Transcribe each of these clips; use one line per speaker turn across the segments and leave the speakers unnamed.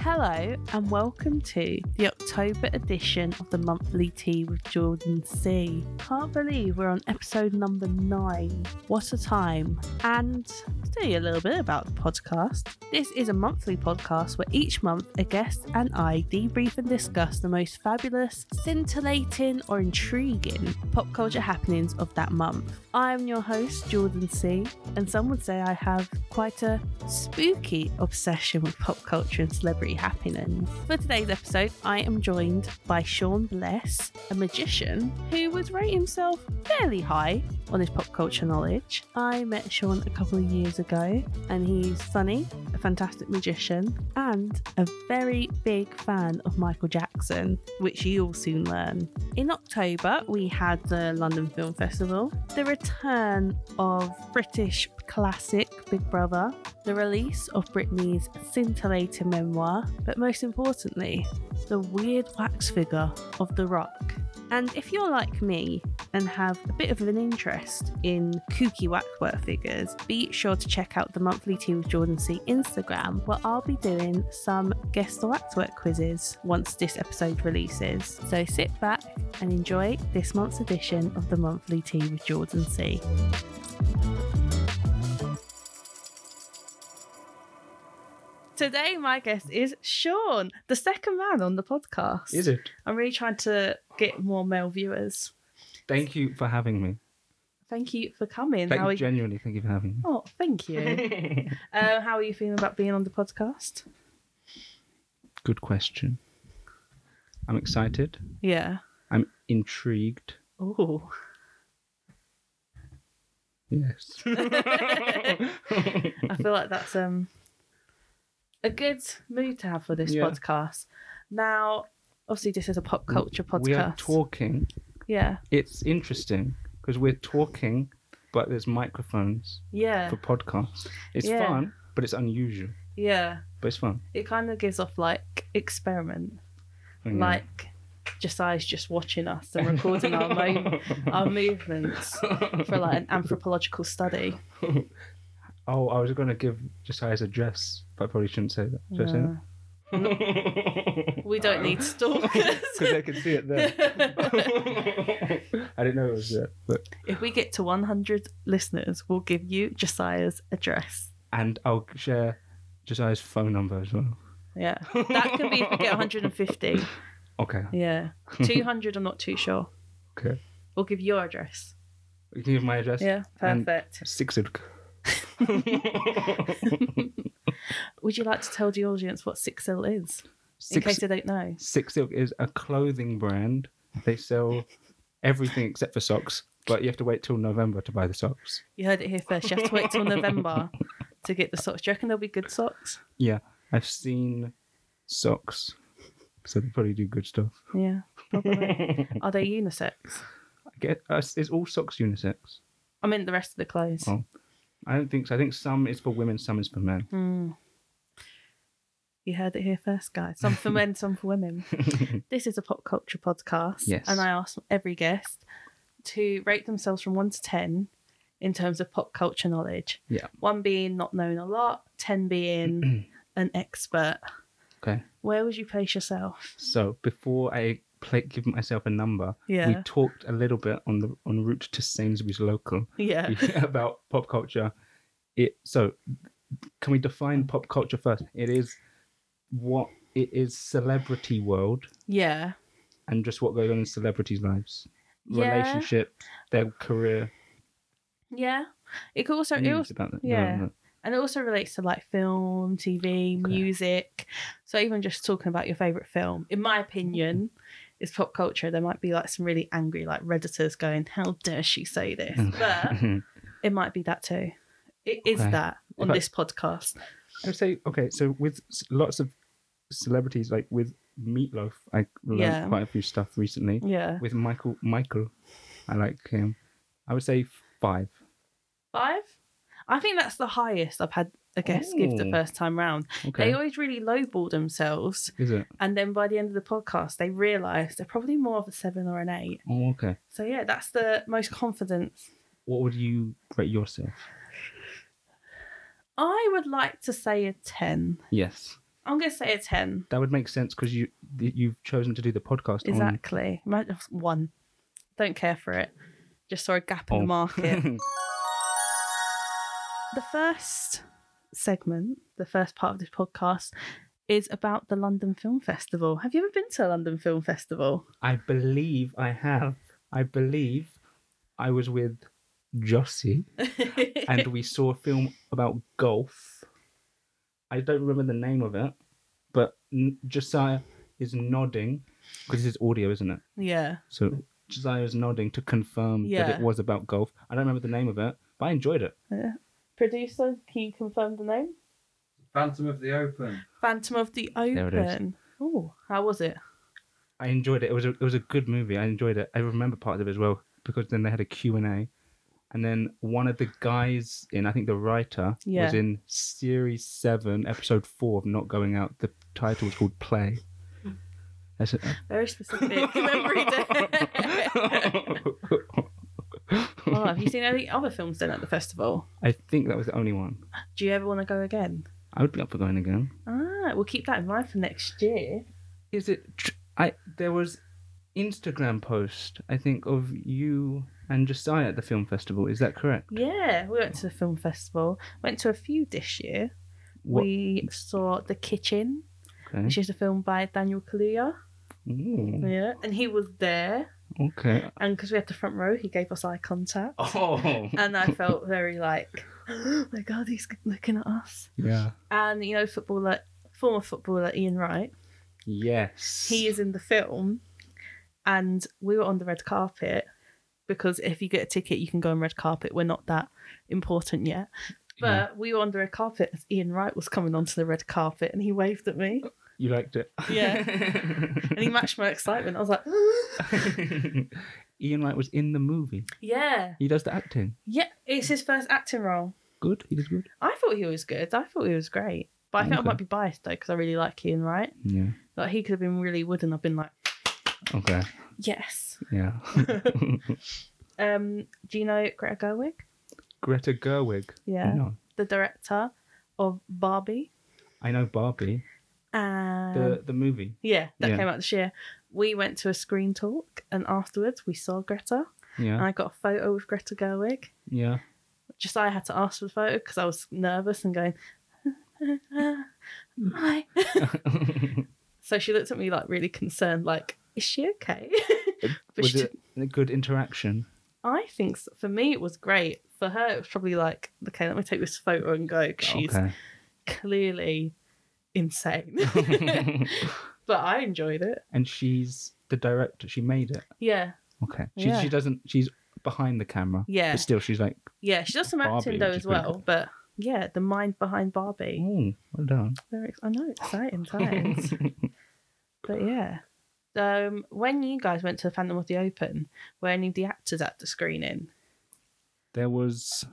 Hello, and welcome to the October edition of the Monthly Tea with Jordan C. Can't believe we're on episode number nine. What a time! And to tell you a little bit about the podcast, this is a monthly podcast where each month a guest and I debrief and discuss the most fabulous, scintillating, or intriguing pop culture happenings of that month. I am your host, Jordan C., and some would say I have quite a spooky obsession with pop culture and celebrity happenings. For today's episode, I am joined by Sean Bless, a magician who would rate himself fairly high on his pop culture knowledge. I met Sean a couple of years ago, and he's funny, a fantastic magician, and a very big fan of Michael Jackson, which you'll soon learn. In October, we had the London Film Festival, the return of British classic Big Brother, the release of Britney's scintillating memoir, but most importantly, the weird wax figure of The Rock. And if you're like me and have a bit of an interest in kooky waxwork figures, be sure to check out the monthly Tea with Jordan C Instagram, where I'll be doing some guess the waxwork quizzes once this episode releases. So sit back and enjoy this month's edition of the monthly Tea with Jordan C. Today, my guest is Sean, the second man on the podcast.
Is it?
I'm really trying to get more male viewers.
Thank you for having me.
Thank you for coming.
Thank
how are
you,
you?
genuinely, thank you for having me.
Oh, thank you. um, how are you feeling about being on the podcast?
Good question. I'm excited.
Yeah.
I'm intrigued.
Oh.
Yes.
I feel like that's um a good mood to have for this
Yeah.
podcast. Now, obviously, this is a pop culture podcast.
We are talking.
yeah.
It's interesting because we're talking, but there's microphones
Yeah.
for podcasts. It's
Yeah.
fun, but it's unusual.
Yeah.
But it's fun.
It kind of gives off like experiment,
Hang on.
like Josiah's just watching us and recording our mo- our movements for like an anthropological study.
oh, I was going to give Josiah's address, but I probably shouldn't say that. Should I say
No.
that?
Uh, We don't need stalkers.
because they can see it there. I didn't know it was there, but
if we get to 100 listeners, we'll give you Josiah's address.
and I'll share Josiah's phone number as well.
Yeah. That could be if we get 150.
Okay,
Yeah. 200, I'm not too sure.
Hmm. okay.
We'll give your address.
You can give my address.
Yeah,
And-
perfect.
Six o'clock.
Would you like to tell the audience what Six Silk is, in
Six,
case they don't know?
Six Silk is a clothing brand. They sell everything except for socks, but you have to wait till November to buy the socks.
You heard it here first. You have to wait till November to get the socks. Do you reckon they'll be good socks?
Yeah, I've seen socks, so they probably do good stuff.
Yeah, probably. Are they unisex?
I get us. Is all socks unisex?
I mean, the rest of the clothes.
Oh. I don't think so. I think some is for women, some is for men.
Hmm. You heard it here first, guys. Some for men, some for women. This is a pop culture podcast.
Yes.
And I ask every guest to rate themselves from one to 10 in terms of pop culture knowledge.
Yeah.
One being not known a lot, 10 being an expert.
okay.
Where would you place yourself?
So before I play, give myself a number, we
Yeah.
talked a little bit on the on route to Sainsbury's local
yeah.
about pop culture. It so can we define pop culture first? It is what it is celebrity world
Yeah.
and just what goes on in celebrities' lives,
Yeah.
relationship, their career,
Yeah. It could also, it
news
also
about that.
yeah. and it also relates to like film, TV,
Okay.
music. So even just talking about your favorite film, in my opinion, is pop culture. There might be like some really angry like redditors going, "How dare she say this?" But it might be that too. It is
Mm. Okay.
that on
If I-
this podcast.
I would say okay. So with s- lots of celebrities, like with Meatloaf, I learned
Yeah.
quite a few stuff recently.
Yeah,
With Michael, Michael, I like him. I would say five.
five. I think that's the highest I've had a guest give the
Ooh.
first time round. They
Okay,
always really lowball themselves,
is it?
and then by the end of the podcast, they realise they're probably more of a seven or an eight.
Oh, okay.
So yeah, that's the most confidence
What would you rate yourself?
I would like to say a 10
Yes.
I'm gonna say a ten.
That would make sense because you you've chosen to do the podcast on
Exactly. Imagine one. Don't care for it. Just saw a gap in
Oh.
the market. the first segment, the first part of this podcast, is about the London Film Festival. Have you ever been to a London Film Festival?
I believe I have. I believe I was with Jossie and we saw a film about golf. I don't remember the name of it, but N- Josiah is nodding because this is audio, isn't it?
yeah.
So Josiah is nodding to confirm that
Yeah.
it was about golf. I don't remember the name of it, but I enjoyed it.
Producer, can you confirm the name?
Phantom of the Open.
Phantom of the
There it is.
Open. Oh, how was it?
I enjoyed it. It was a, it was a good movie. I enjoyed it. I remember part of it as well because then they had a Q&A and then one of the guys in I think the writer
Yeah.
was in series 7 episode 4 of Not Going Out. The title was called Play. That's it.
Very specific memory day. oh, have you seen any other films then at the festival?
I think that was the only one.
Do you ever want to go again?
I would be up for going again.
Ah, we'll keep that in mind for next year.
Is it tr- I there was Instagram post I think of you and Josiah at the film festival. Is that correct?
Yeah, we went to the film festival. Went to a few this year.
What- Hmm?
We saw The Kitchen,
Okay.
which is a film by Daniel Kaluuya.
Ooh,
Yeah, and he was there.
okay.
And because we had the front row, he gave us eye contact.
Oh.
And I felt very like, oh my God, he's looking at us.
Yeah.
And, you know, footballer, former footballer Ian Wright,
Yes.
he is in the film. And we were on the red carpet because if you get a ticket, you can go on red carpet. We're not that important yet. But
Yeah.
we were on the red carpet as Ian Wright was coming onto the red carpet and he waved at me.
You liked it.
Yeah. and he matched my excitement. I was like,
Ian Wright was in the movie.
yeah.
He does the acting.
Yeah, it's his first acting role.
Good. He did good.
I thought he was good. I thought he was great. But I think
Okay.
I might be biased though, because I really like Ian Wright.
Yeah.
Like he could have been really wood and I've been like,
Okay.
yes.
Yeah.
Um, do you know Greta Gerwig?
Greta Gerwig.
Yeah.
No.
The director of Barbie.
I know Barbie.
And
The the movie.
Um, yeah, that
yeah.
came out this year. We went to a screen talk and afterwards we saw Greta. And
Yeah.
I got a photo with Greta Gerwig.
Yeah.
Just I had to ask for the photo because I was nervous and going, hi. So she looked at me like really concerned, like, is she okay? but
was
she,
it a good interaction?
I think so. for me it was great. For her, it was probably like, okay, let me take this photo and go. 'cause she's
Okay.
clearly insane. but I enjoyed it.
and she's the director. She made it.
Yeah.
Okay. She
Yeah.
she doesn't she's behind the camera.
Yeah.
But still she's like,
Yeah. She does some
Barbie,
acting though
which is
as
pretty
well.
cool.
But yeah, the mind behind Barbie.
oh, well done.
Very ex- I know, exciting times. but yeah. Um, when you guys went to the Phantom of the Open, were any of the actors at the screening?
There was.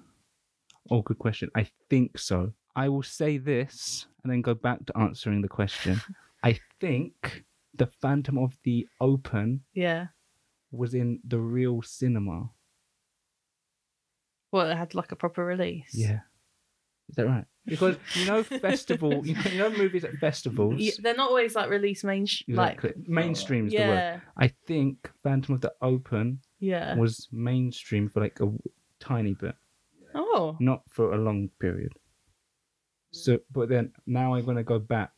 Oh, good question. I think so. I will say this and then go back to answering the question. I think the Phantom of the Open
Yeah.
was in the real cinema.
Well, it had like a proper release.
Yeah. Is that right? Because you know, festival, you know, you know movies at festivals.
Yeah, they're not always like released main like
Exactly. mainstream is the word.
yeah Uh.
I think Phantom of the Open
yeah
was mainstream for like a w- tiny bit.
oh
not for a long period. So, but then now I'm going to go back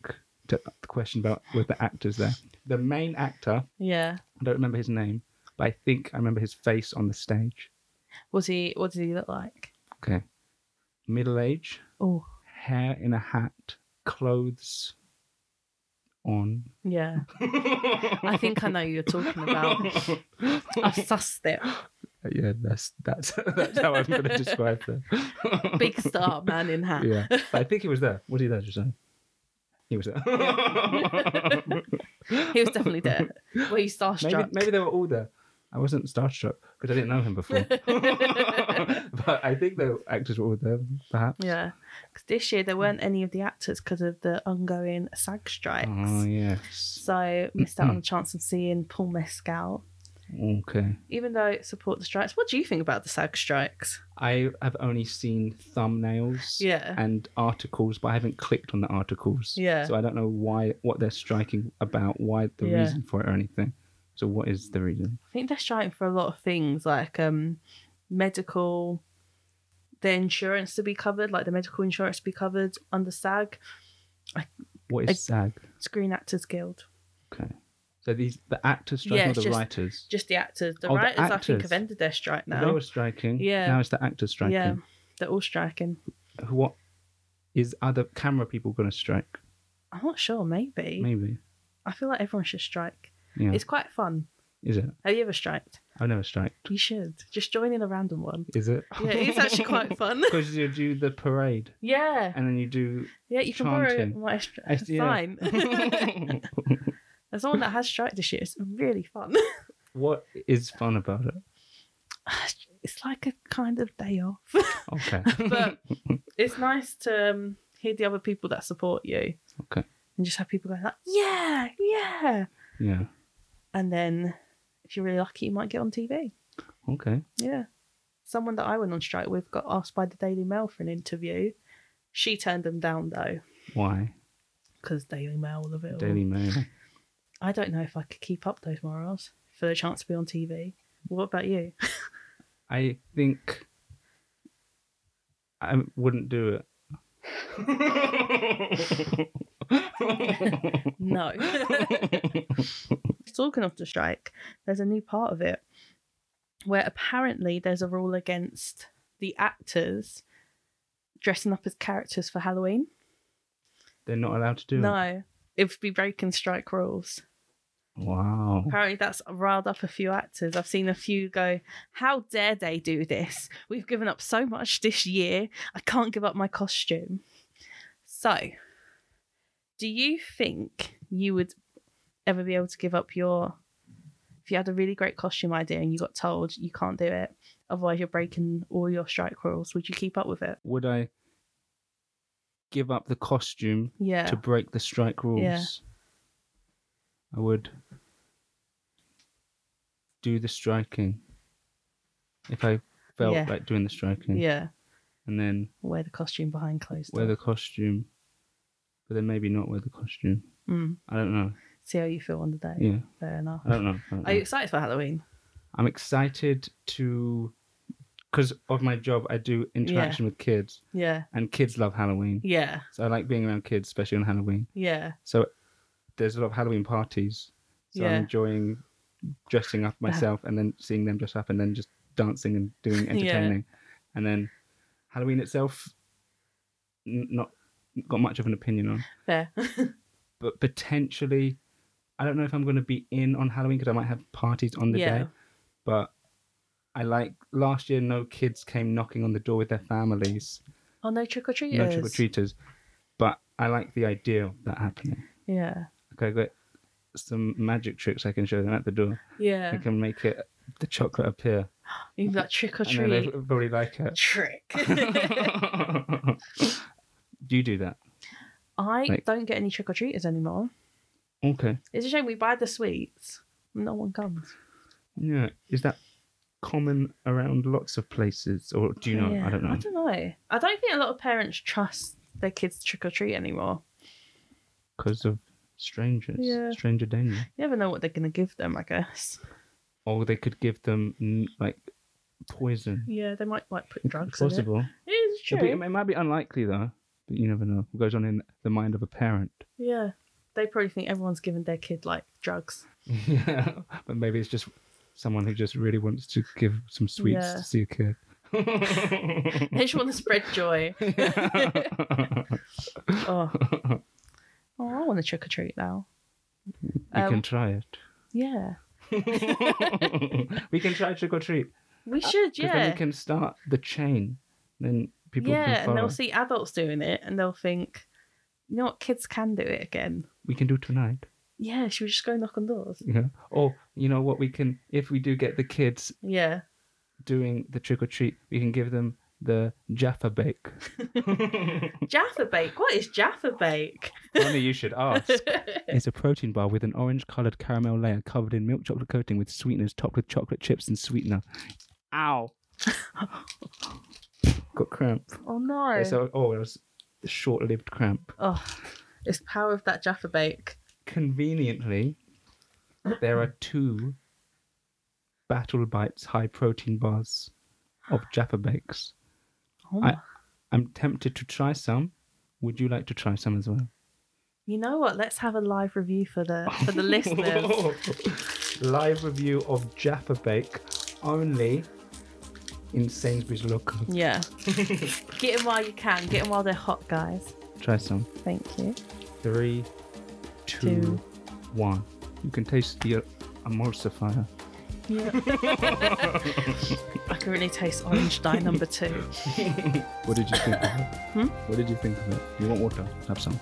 to the question about with the actors there. The main actor,
yeah
I don't remember his name, but I think I remember his face on the stage.
was he what did he look like
Okay. Middle age,
oh
hair in a hat, clothes on.
yeah I think I know who you're talking about I sussed it
yeah, that's that's that's how I'm going to describe them.
big star man in hat
Yeah, but I think he was there. Was he there, Josiah? He was there.
he was definitely there were you starstruck
Maybe, maybe they were all there. I wasn't starstruck because I didn't know him before. but I think the actors were all there, perhaps.
yeah because this year there weren't any of the actors because of the ongoing SAG strikes
Oh, yes.
so missed out on a chance of seeing Paul Mescal
Okay.
even though it support the strikes. What do you think about the SAG strikes?
I have only seen thumbnails
Yeah.
and articles, but I haven't clicked on the articles.
Yeah.
So I don't know why what they're striking about, why the
Yeah.
reason for it or anything. So what is the reason?
I think they're striking for a lot of things like um, medical, their insurance to be covered, like the medical insurance to be covered under SAG,
What
I-
is SAG?
Screen Actors Guild.
Okay. So these the actors striking
Yeah,
or
it's
the
just-
writers?
Just the actors. The
Oh, the
writers, I think,
actors.
have ended their strike
They
now.
were striking.
Yeah.
Now it's the actors striking.
Yeah, they're all striking.
What is other camera people going to strike?
I'm not sure, maybe.
Maybe.
I feel like everyone should strike.
Yeah.
It's quite fun.
Is it?
Have you ever striked?
I've never striked.
You should. Just join in a random one.
Is it?
Yeah, it's actually quite fun.
Because you do the parade
Yeah.
and then you do.
Yeah, you can
Chanting.
borrow my stri-
I see, yeah.
sign. As someone that has strike this year, it's really fun.
what is fun about it?
it's like a kind of day off.
Okay.
But it's nice to um, hear the other people that support you.
Okay.
And just have people going like, yeah, yeah.
yeah.
And then if you're really lucky, you might get on TV.
Okay.
Yeah. Someone that I went on strike with got asked by the Daily Mail for an interview. She turned them down though,
Why?
because Daily Mail will avail.
Daily Mail.
I don't know if I could keep up those morals for the chance to be on TV. What about you?
I think I wouldn't do it.
No. Talking of the strike, there's a new part of it where apparently there's a rule against the actors dressing up as characters for Halloween.
They're not allowed to do it.
No, it would be breaking strike rules.
Wow.
Apparently, that's riled up a few actors. I've seen a few go, How dare they do this? We've given up so much this year. I can't give up my costume. So, do you think you would ever be able to give up your. If you had a really great costume idea and you got told you can't do it, otherwise you're breaking all your strike rules, would you keep up with it?
Would I give up the costume
Yeah.
to break the strike rules?
Yeah.
I would do the striking if I felt
Yeah.
like doing the striking.
Yeah.
And then
Wear the costume behind closed
wear
doors.
the costume, but then maybe not wear the costume.
Mm.
I don't know.
See how you feel on the day.
Yeah,
Fair enough.
I don't know. I don't
Are you
know.
excited for Halloween?
I'm excited to, because of my job, I do interaction with kids,
Yeah.
and kids love Halloween.
Yeah.
So I like being around kids, especially on Halloween.
Yeah.
So there's a lot of Halloween parties. So
Yeah.
I'm enjoying dressing up myself and then seeing them dress up and then just dancing and doing
Yeah.
entertaining. And then Halloween itself, n- not got much of an opinion on.
Fair.
but potentially I don't know if I'm going to be in on Halloween because I might have parties on the
Yeah.
day. But I like last year, no kids came knocking on the door with their families,
Oh no, trick or treaters.
no trick or treaters. But I like the idea of that happening.
Yeah.
Okay, I've got some magic tricks I can show them at the door. I
Yeah.
can make it the chocolate appear,
You like trick or
and then they
treat.
probably like it.
Trick.
do you do that?
I
Like-
don't get any trick or treaters anymore.
Okay,
It's a shame we buy the sweets. No one comes.
yeah. Is that common around lots of places, or do you know?
Yeah.
I don't know.
I don't know. I don't think a lot of parents trust their kids to trick or treat anymore.
because of strangers,
Yeah.
stranger danger.
You never know what they're gonna give them, I guess.
Or they could give them mm, like poison.
Yeah, they might like put
It's
drugs in it.
possible.
It is
It'd be-
true.
it might be unlikely though, but you never know. What goes on in the mind of a parent?
Yeah. They probably think everyone's giving their kid like drugs.
yeah, but maybe it's just someone who just really wants to give some sweets
Yeah.
to see a kid.
They just want to spread joy. Oh, oh I want to trick or treat now.
we
Um,
can try
Yeah.
it. we can try trick or treat.
We should,
Uh, 'cause
yeah.
Then we can start the chain. Then people
yeah,
can
and
follow.
they'll see adults doing it and they'll think, you know what, kids can do it again.
we can do tonight.
Yeah, should we just go knock on doors?
Yeah. Or you know what we can if we do get the kids
Yeah.
doing the trick or treat, we can give them the Jaffa bake.
Jaffa Bake. Oh, What is Jaffa Bake?
Only you should ask. It's a protein bar with an orange coloured caramel layer covered in milk chocolate coating with sweeteners topped with chocolate chips and sweetener. Ow. Got cramp.
oh no.
It's a, oh, it was a short lived cramp.
oh, it's the power of that Jaffa Bake.
Conveniently, there are two Battle Bites high protein bars of Jaffa Bakes.
Oh,
I- I'm tempted to try some. Would you like to try some as well?
you know what? Let's have a live review for the for the listeners.
Live review of Jaffa Bake only in Sainsbury's Local.
Yeah. Get them while you can. Get them while they're hot, guys.
Try some.
Thank you.
Three, two, one.
Two.
You can taste the emulsifier.
Yeah. I can really taste orange dye number two.
What did you think of it?
Hmm?
What did you think of it? You want water? Have some.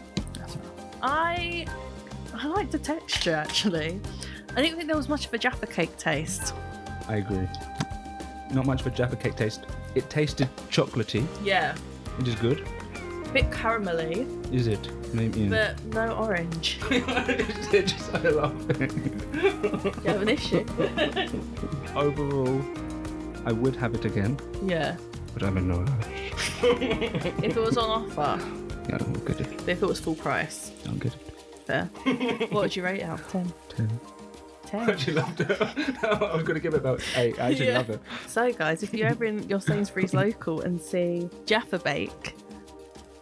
I I like the texture actually. I didn't think there was much of a Jaffa cake taste.
I agree. Not much of a Jaffa cake taste. It tasted chocolatey,
Yeah.
which is good.
A bit caramelly,
Is it? Maybe. Yeah.
but no orange.
Just- I love it.
You have an issue.
Overall, I would have it again,
yeah.
but I'm annoyed.
If it was on offer,
Yeah, I'm good. at it.
but if it was full price,
I'm good. at it.
fair. What would you rate it out of ten?
Ten. I
Ten.
actually loved it. I was gonna give it about eight. I actually
Yeah.
love it.
So, guys, if you're ever in your Sainsbury's local and see Jaffa Bake,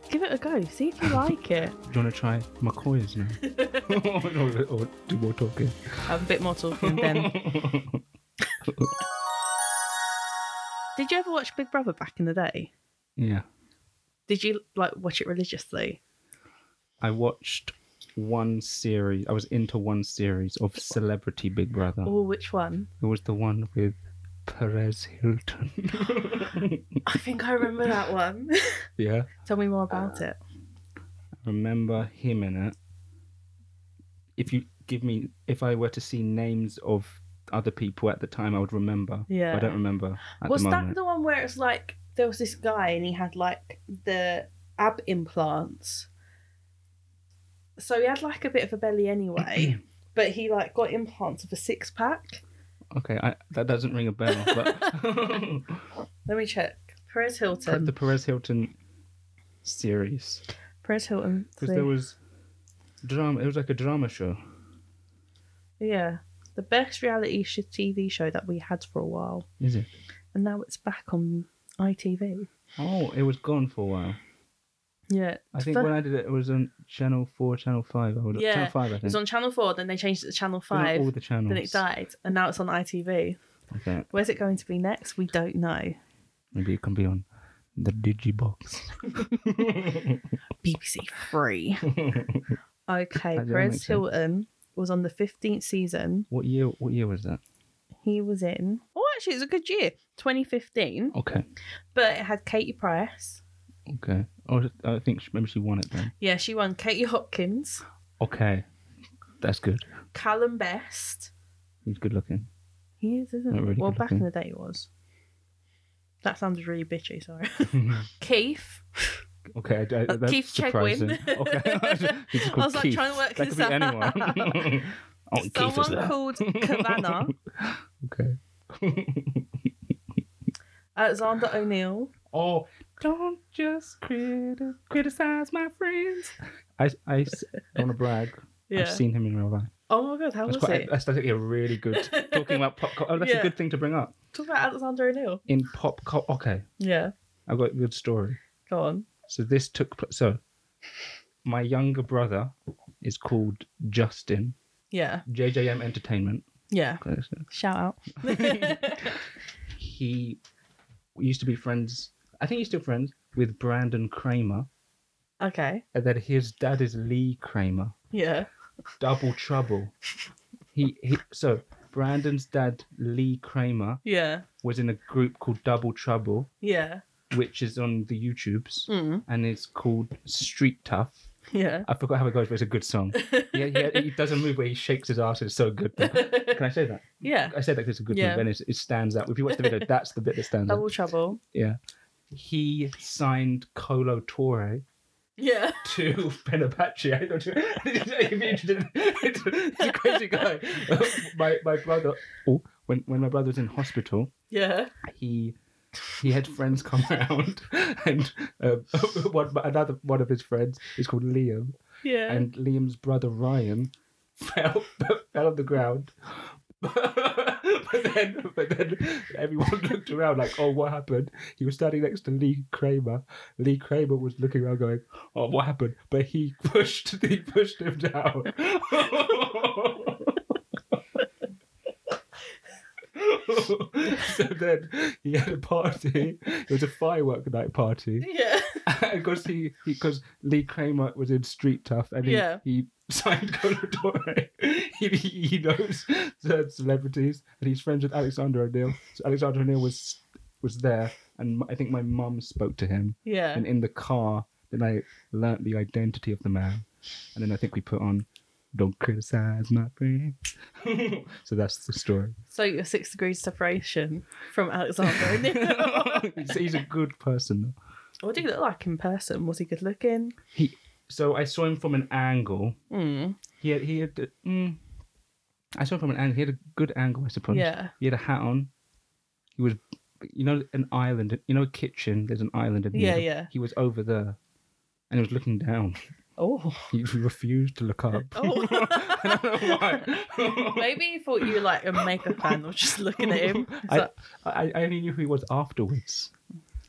give it a go. See if you like it.
Do you want to try McCoy's now? or, or do more talking.
I'm a bit more talking then. Did you ever watch Big Brother back in the day?
Yeah,
Did you like watch it religiously?
I watched one series. I was into one series of Celebrity Big Brother.
Or which one?
It was the one with Perez Hilton.
I think I remember that one. Uh,
yeah,
Tell me more about it.
I remember him in it. If you give me, if I were to see names of other people at the time, I would remember.
Yeah.
I don't remember at
was
the
that
moment.
the one where it's like there was this guy and he had like the ab implants? So he had like a bit of a belly anyway, but he like got implants of a six pack.
Okay, I, that doesn't ring a bell. But
Let me check. Perez Hilton.
the Perez Hilton series
Perez Hilton.
because there was drama. It was like a drama show.
Yeah. The best reality sh- TV show that we had for a while.
Is it?
And now it's back on ITV.
Oh, it was gone for a while.
Yeah.
I think when I did it, it was on Channel Four, Channel Five. I would,
Yeah,
Channel Five. I
it
think.
was on Channel 4, then they changed it to Channel
It was on
5.
all the channels.
Then it died, and now it's on ITV.
Okay,
Where's it going to be next? We don't know.
maybe it can be on the DigiBox.
BBC Three. okay,
That didn't make
Perez
sense.
Hilton was on the 15th season.
What year? What year was that?
He was in. Oh, actually, it's a good year. 2015.
Okay,
But it had Katie Price.
okay. Oh, I think she, maybe she won it then.
Yeah, she won. Katie Hopkins,
Okay, that's good.
Callum Best.
He's good looking.
He is, isn't
Not
he?
really
well,
good
back in
looking.
the day, he was. That sounded really bitchy, sorry. Keith.
Okay, I, I,
Uh,
that's
Keith
surprising.
Chegwin.
Okay, He's just
I
called
was, like,
Keith.
trying to work
that
this
could be
out.
anyone. oh, Keith is
Someone
there.
called Kavanagh.
Okay.
Alexander O'Neill.
Oh, don't just criti- criticize my friends. I, I, s- I want to brag.
Yeah.
I've seen him in real life.
Oh my god, how
That's
was
quite.
it?
That's actually a really good talking about pop. cul- Oh, that's
Yeah.
a good thing to bring up
Talk about Alexander O'Neill.
in pop. cul- Okay,
Yeah,
I've got a good story.
go on.
So this took. pl- So my younger brother is called Justin.
Yeah,
JJM Entertainment.
yeah. Shout out.
he used to be friends. I think he's still friends with Brandon Kramer,
Okay.
and then his dad is Lee Kramer.
Yeah.
Double trouble. he, he so Brandon's dad Lee Kramer
Yeah.
was in a group called Double Trouble,
Yeah.
which is on the YouTubes,
Mm.
and it's called Street Tough.
Yeah.
I forgot how it goes, but it's a good song. yeah, he, he does a move where he shakes his ass. It's so good. Can I say that?
yeah.
I said that 'cause it's a good
Yeah.
move, and it, it stands out. If you watch the video, that's the bit that stands out.
Double trouble.
Yeah. He signed Colo Torre
Yeah.
to Penapachi. I don't know if you're interested. in- It's a crazy guy. my my brother. Oh, when when my brother was in hospital,
Yeah.
he he had friends come around, and um, one another one of his friends is called Liam,
Yeah.
and Liam's brother Ryan fell fell on the ground. but then, but then everyone looked around like, "Oh, what happened?" He was standing next to Lee Kramer. Lee Kramer was looking around, going, "Oh, what happened?" But he pushed, he pushed him down. so then he had a party. It was a firework night party
yeah.
because he because Lee Kramer was in Street Tough and he,
Yeah.
he signed Coladore. he, he he knows certain celebrities and he's friends with Alexander O'Neill. So Alexander O'Neill was was there and I think my mum spoke to him
Yeah.
and in the car then I learnt the identity of the man and then I think we put on don't criticize my friend. so that's the story.
So your six degrees separation from Alexander O'Neill.
he's, he's a good person. though.
what did he look like in person? Was he good looking?
So I saw him from an angle
Mm.
He had, he had, mm, I saw him from an angle. He had a good angle, I suppose.
Yeah.
He had a hat on. He was, you know, an island. You know, a kitchen. There's an island in the
Yeah,
middle.
yeah.
He was over there, and he was looking down.
Oh.
He refused to look up.
Oh.
I don't know why.
Maybe he thought you were like a mega fan or just looking at him. It's
I,
like,
I, I only knew who he was afterwards.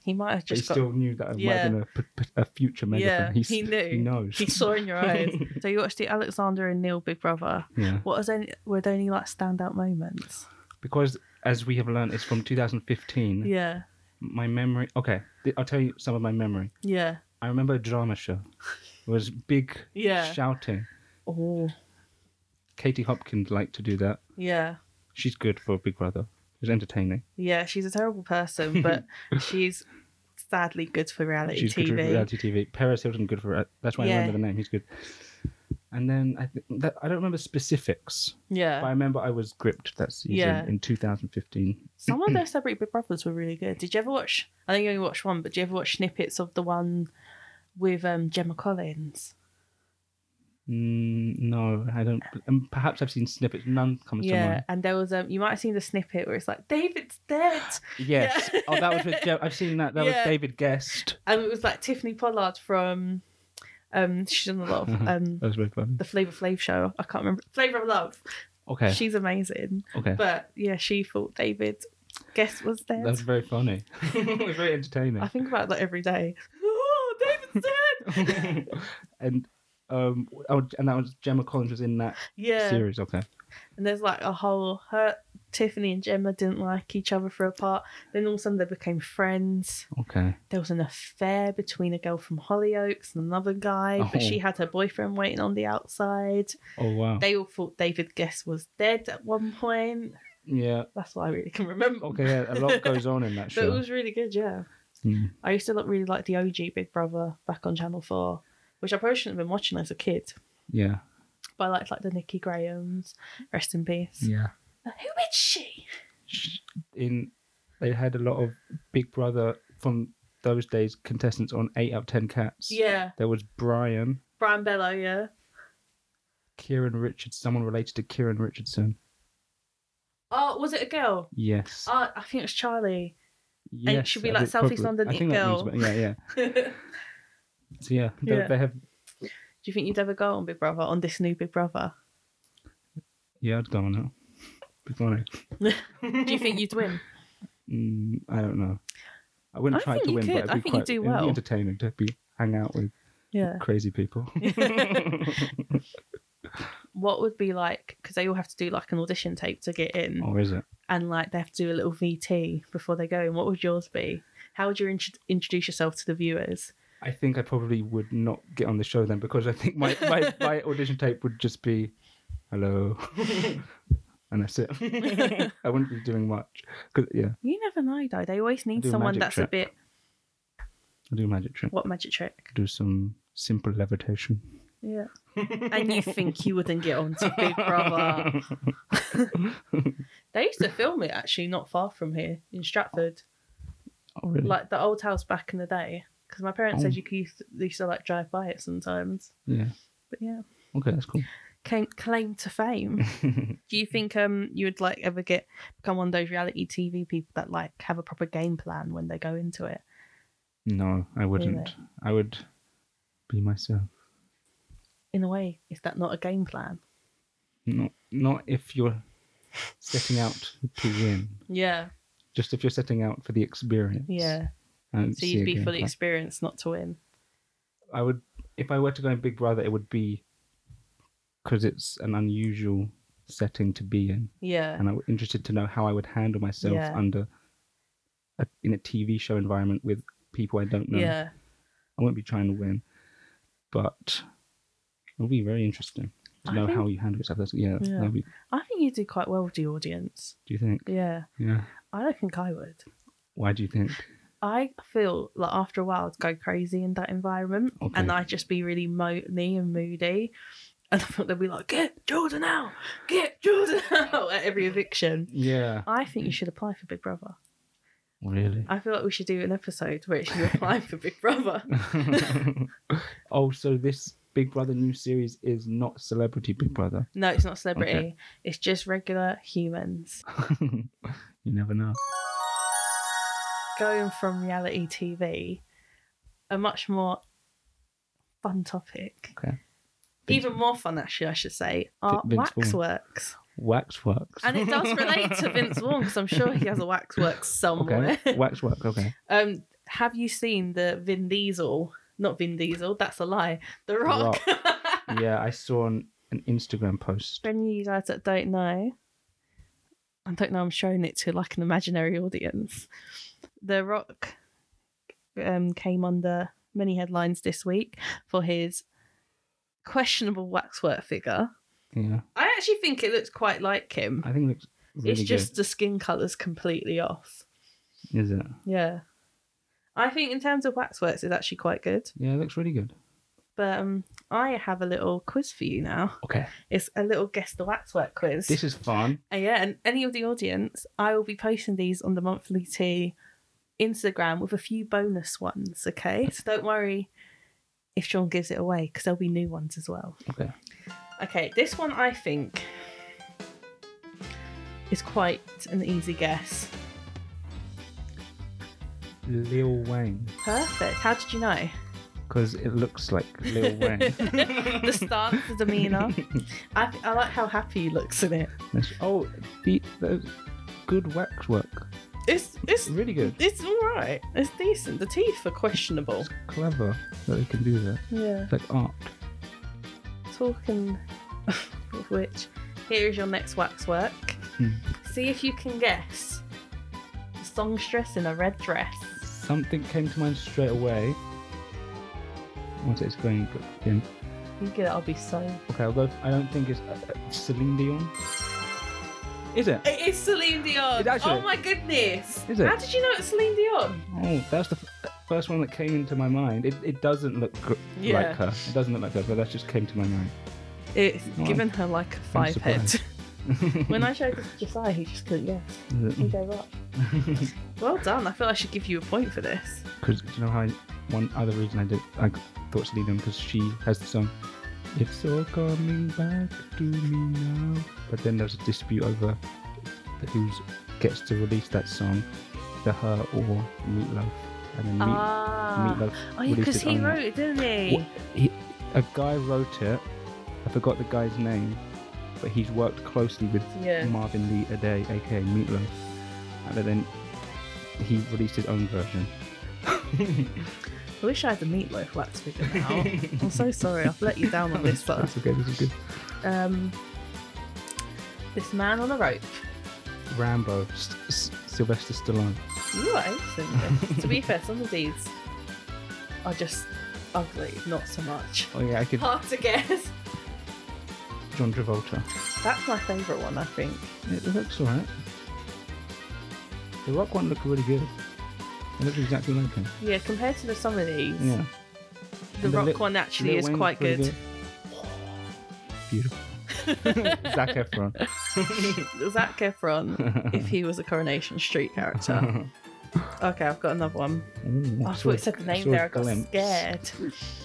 he might have
But he
just got.
still knew that I might
Yeah.
have been a p- p- a, future megaphone.
yeah,
He's-
he knew.
He knows.
He saw in your eyes. So you watched the Alexander and Neil Big Brother.
yeah.
What was any, were there any like standout moments?
Because, as we have learned, it's from 2015.
Yeah,
my memory. Okay, th- I'll tell you some of my memory.
yeah,
I remember a drama show. It was big
yeah.
shouting.
Oh,
Katie Hopkins liked to do that.
yeah,
She's good for Big Brother. It was entertaining.
yeah. She's a terrible person, but she's sadly good for reality
She's
TV.
good for reality TV. Paris Hilton, good for. That's why
Yeah.
I remember the name. He's good. And then I th- that, I don't remember specifics, but I
Yeah.
remember I was gripped that season
Yeah.
in 2015.
Some of those Celebrity Big Brothers were really good. Did you ever watch? I think you only watched one, but did you ever watch snippets of the one with um, Gemma Collins?
Mm, no, I don't. And perhaps I've seen snippets. None comes
yeah,
to mind.
and there was um, you might have seen the snippet where it's like David's dead,
Yes.
Yeah.
oh, that was with. Jeff. I've seen that. That
Yeah.
was David Guest.
and it was like Tiffany Pollard from um, she's done a lot of um,
That was very funny.
the Flavor Flav show. I can't remember Flavor of Love.
Okay.
She's amazing.
okay.
But yeah, she thought David guess was dead.
That's very funny. it was very entertaining.
I think about that every day. Oh, David's dead.
and um, oh, and that was Gemma Collins was in that
yeah.
series. Okay.
And there's like a whole her Tiffany and Gemma didn't like each other for a part. Then all of a sudden they became friends.
Okay.
There was an affair between a girl from Hollyoaks and another guy, but
Oh.
she had her boyfriend waiting on the outside.
Oh wow.
They all thought David Guest was dead at one point.
yeah.
That's what I really can remember.
Okay. Yeah, a lot goes on in that
But it
show.
was really good, yeah.
Hmm.
I used to look, really like the OG Big Brother back on Channel 4, which I probably shouldn't have been watching as a kid.
Yeah.
But I liked like the Nikki Grahams, rest in peace.
Yeah.
Uh, Who is she?
Sh- In they had a lot of Big Brother from those days contestants on eight out of ten cats.
Yeah,
There was Brian,
Brian Bello, yeah.
Kieran Richards, someone related to Kieran Richardson.
Oh, was it a girl?
Yes.
Oh, I think it's Charlie.
yes.
it should be
I
like
think
South East
probably-
London
I think
It
that rings
Girl.
a bell. Yeah. Yeah.
Do
So yeah, they,
Yeah.
they have.
you think you'd ever go on Big Brother, on this new Big Brother?
Yeah, I'd go on that. Be funny.
Do you think you'd win?
Mm, I don't know. I wouldn't
I
try
think
to
you
win,
could.
but it'd
I
be
think you
quite
do
it'd be
well. Uh,
entertaining to be hang out with
Yeah.
crazy people.
What would be like, because they all have to do like an audition tape to get in,
or is it?
and like they have to do a little VT before they go in. What would yours be? How would you int- introduce yourself to the viewers?
I think I probably would not get on the show then because I think my, my, my audition tape would just be hello. and that's it. I wouldn't be doing much. 'Cause- yeah,
You never know, though. They always need
Do a
someone
magic
that's
trick.
a bit.
I'll do a magic trick.
What magic trick?
Do some simple levitation.
Yeah. and you think you wouldn't get on to Big Brother? they used to film it actually not far from here in Stratford,
Oh, really?
like the old house back in the day. because my parents
Oh.
said you could used to, they used to like drive by it sometimes.
Yeah.
But yeah,
Okay, that's cool.
Came, claim to fame. Do you think um you would like ever get become one of those reality TV people that like have a proper game plan when they go into it?
no, I wouldn't. I would be myself.
In a way, is that not a game plan?
Not not if you're setting out to win.
Yeah,
Just if you're setting out for the experience.
yeah.
I don't
So
see
you'd
a
be
game
for the
plan.
experience, not to win.
I would if I were to go in Big Brother, it would be because it's an unusual setting to be in,
Yeah,
and I'm interested to know how I would handle myself
Yeah.
under a, in a TV show environment with people I don't know.
yeah.
I won't be trying to win, but it'll be very interesting to
I
know
think-
how you handle yourself. That's, yeah,
Yeah.
that'll be.
I think you do quite well with the audience.
Do you think?
Yeah,
Yeah.
I don't think I would.
Why do you think?
I feel like after a while I'd go crazy in that environment
Okay.
and I'd just be really moany and moody. And I thought they'd be like, get Jordan out, get Jordan out at every eviction.
Yeah.
I think you should apply for Big Brother.
Really.
I feel like we should do an episode where it's you applying for Big Brother.
oh, so this Big Brother new series is not Celebrity Big Brother.
No, it's not celebrity.
Okay.
It's just regular humans
you never know.
going from reality TV, a much more fun topic.
Okay.
Even more fun, actually, I should say, are
Vince Vaughn.
waxworks.
Waxworks.
and it does relate to Vince Vaughn because I'm sure he has a waxwork somewhere.
Okay. Waxwork. Okay.
Um, have you seen the Vin Diesel? Not Vin Diesel. That's a lie. The Rock.
Yeah, I saw an, an Instagram post.
For any of you guys that don't know, I don't know. I'm showing it to like an imaginary audience. The Rock um, came under many headlines this week for his questionable waxwork figure.
Yeah,
I actually think it looks quite like him.
I think it looks really
it's just the skin colour's completely off.
good. Is it?
Yeah. I think in terms of waxworks, it's actually quite good.
Yeah, it looks really good.
But um, I have a little quiz for you now.
Okay,
It's a little guess the waxwork quiz.
this is fun.
Uh, yeah, and any of the audience, I will be posting these on the monthly tea Instagram with a few bonus ones. Okay, so don't worry if Sean gives it away because there'll be new ones as well.
Okay.
Okay, this one I think is quite an easy guess.
Lil Wayne,
Perfect. How did you know?
because it looks like Lil Wayne.
the stance, the demeanour. I, I like how happy he looks in it.
That's- oh, the, the good waxwork.
It's it's
Really good.
it's all right. It's decent. The teeth are questionable.
It's clever that they can do that.
Yeah.
It's like art.
Talking of which, here is your next waxwork.
Hmm.
See if you can guess the songstress in a red dress.
Something came to mind straight away. Once it's going in.
You get it. I'll be so.
Okay, I'll go. I don't think it's uh, uh, Celine Dion. Is it?
It is Celine Dion.
It actually-
Oh my goodness.
Is it?
How did you know it's Celine Dion?
Oh, that's the f- first one that came into my mind. It, it doesn't look gr-
Yeah.
like her. It doesn't look like her, but that just came to my mind.
It's
No,
given her like a five head.
surprised.
when I showed this to Josiah, he just couldn't guess. He gave up. Well done. I feel I should give you a point for this.
Because do you know how I, one other reason I did I thought Celine Dion because she has the song "It's All Coming Back to Me Now," but then there's a dispute over who gets to release that song, the her or Meatloaf, and then Meat,
ah.
Meatloaf
Oh, yeah,
released
because
it
he
on that.
wrote it, didn't he?
What- he, a guy wrote it. I forgot the guy's name, but he's worked closely with
Yeah.
Marvin Lee Aday, aka Meatloaf, and then he released his own version.
I wish I had the meatloaf wax figure now. I'm so sorry. I've let you down on this, but
That's okay. This is good.
um, this man on a rope.
Rambo, S- S- Sylvester Stallone.
You are interesting. in this. to be fair, some of these are just ugly. Not so much.
Oh yeah, I could.
Hard to guess.
John Travolta.
That's my favourite one, I think.
It looks alright. The Rock one looked really good. It looked exactly like him.
Yeah, compared to the, some of these,
Yeah.
the
And the
rock
Lil-
one actually
Lil
is
Wayne's
quite
pretty
good.
Beautiful. Zac Efron.
Zac Efron, if he was a Coronation Street character. Okay, I've got another one.
Ooh,
Oh, I
saw
thought
a-
it said the
saw
name
a
there. I got
glimpse.
scared.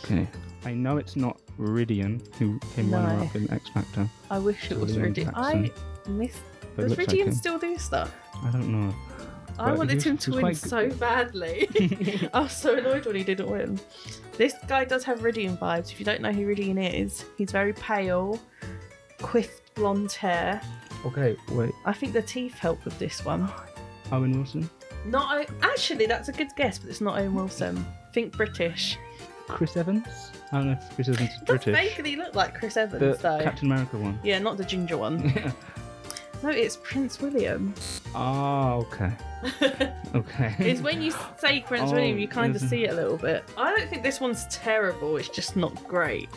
Okay. I know it's not Ridian who came
No.
runner up in X Factor.
I wish it was
Liam
Rudy.
Paxton,
I miss.
but it
Does
looks like
Ridian
him.
still do stuff?
I don't know.
I
But
wanted
he
him
was-
to
he was
win
quite
so badly.
I was so annoyed when he didn't win. This guy does have Ridian vibes. If you don't know who Ridian is, he's very pale, quiffed blonde hair.
Okay, wait.
I think the teeth help with this one.
Owen Wilson?
Not O- actually, that's a good guess, but it's not Owen Wilson. Think British.
Chris Evans? I don't know if Chris Evans is
Does
British.
vaguely look like Chris Evans
The
though.
Captain America one.
Yeah, not the ginger one. No, it's Prince William.
Ah, okay. Okay.
It's when you say Prince
Oh,
William, you kind of
isn't-
see it a little bit. I don't think this one's terrible. It's just not great.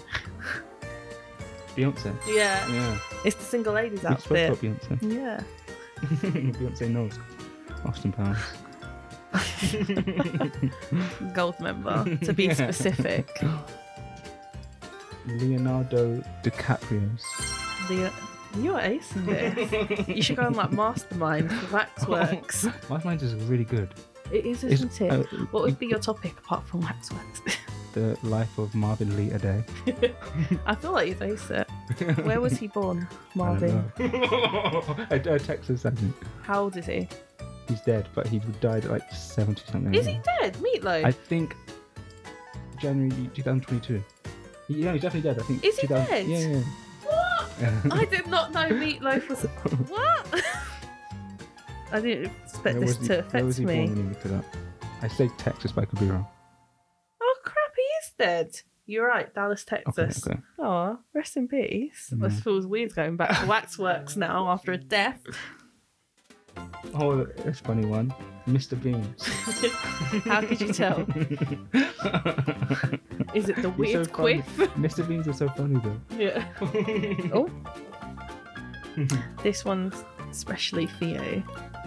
Beyonce.
Yeah,
Yeah.
it's the single ladies
We spoke
outfit.
about Beyonce.
Yeah.
Beyonce knows. Austin Powers.
gold member to be
Yeah.
specific.
Leonardo DiCaprio's.
The you're acing this. You should go on like Mastermind for Waxworks.
Mastermind is really good.
It is,
It's-
isn't it?
uh,
what would be your topic apart from Waxworks?
The life of Marvin Lee a day.
I feel like you'd ace it. Where was he born, Marvin?
a, a Texas, I think.
How old is he?
He's dead, but he died at like 70 something.
Is he dead? Meatloaf.
I think January 2022. He- Yeah, he's definitely dead. I think.
Is he
2000
dead?
Yeah, yeah.
What?
yeah.
I did not know Meatloaf was. What? I didn't expect
Where
this
was he-
to
where was
affect
he born
me.
when you looked it up? I say Texas, but I could be wrong.
Oh crap! He is dead. You're right, Dallas,
Okay,
Texas.
okay. Mm.
Oh, rest in peace. This
Yeah.
feels weird going back to waxworks now after a death.
Oh, that's a funny one. Mr. Beans.
How could you tell? Is it the
You're
weird
so funny.
quiff?
Mr. Beans is so funny though.
Yeah. Oh. This one's especially for you.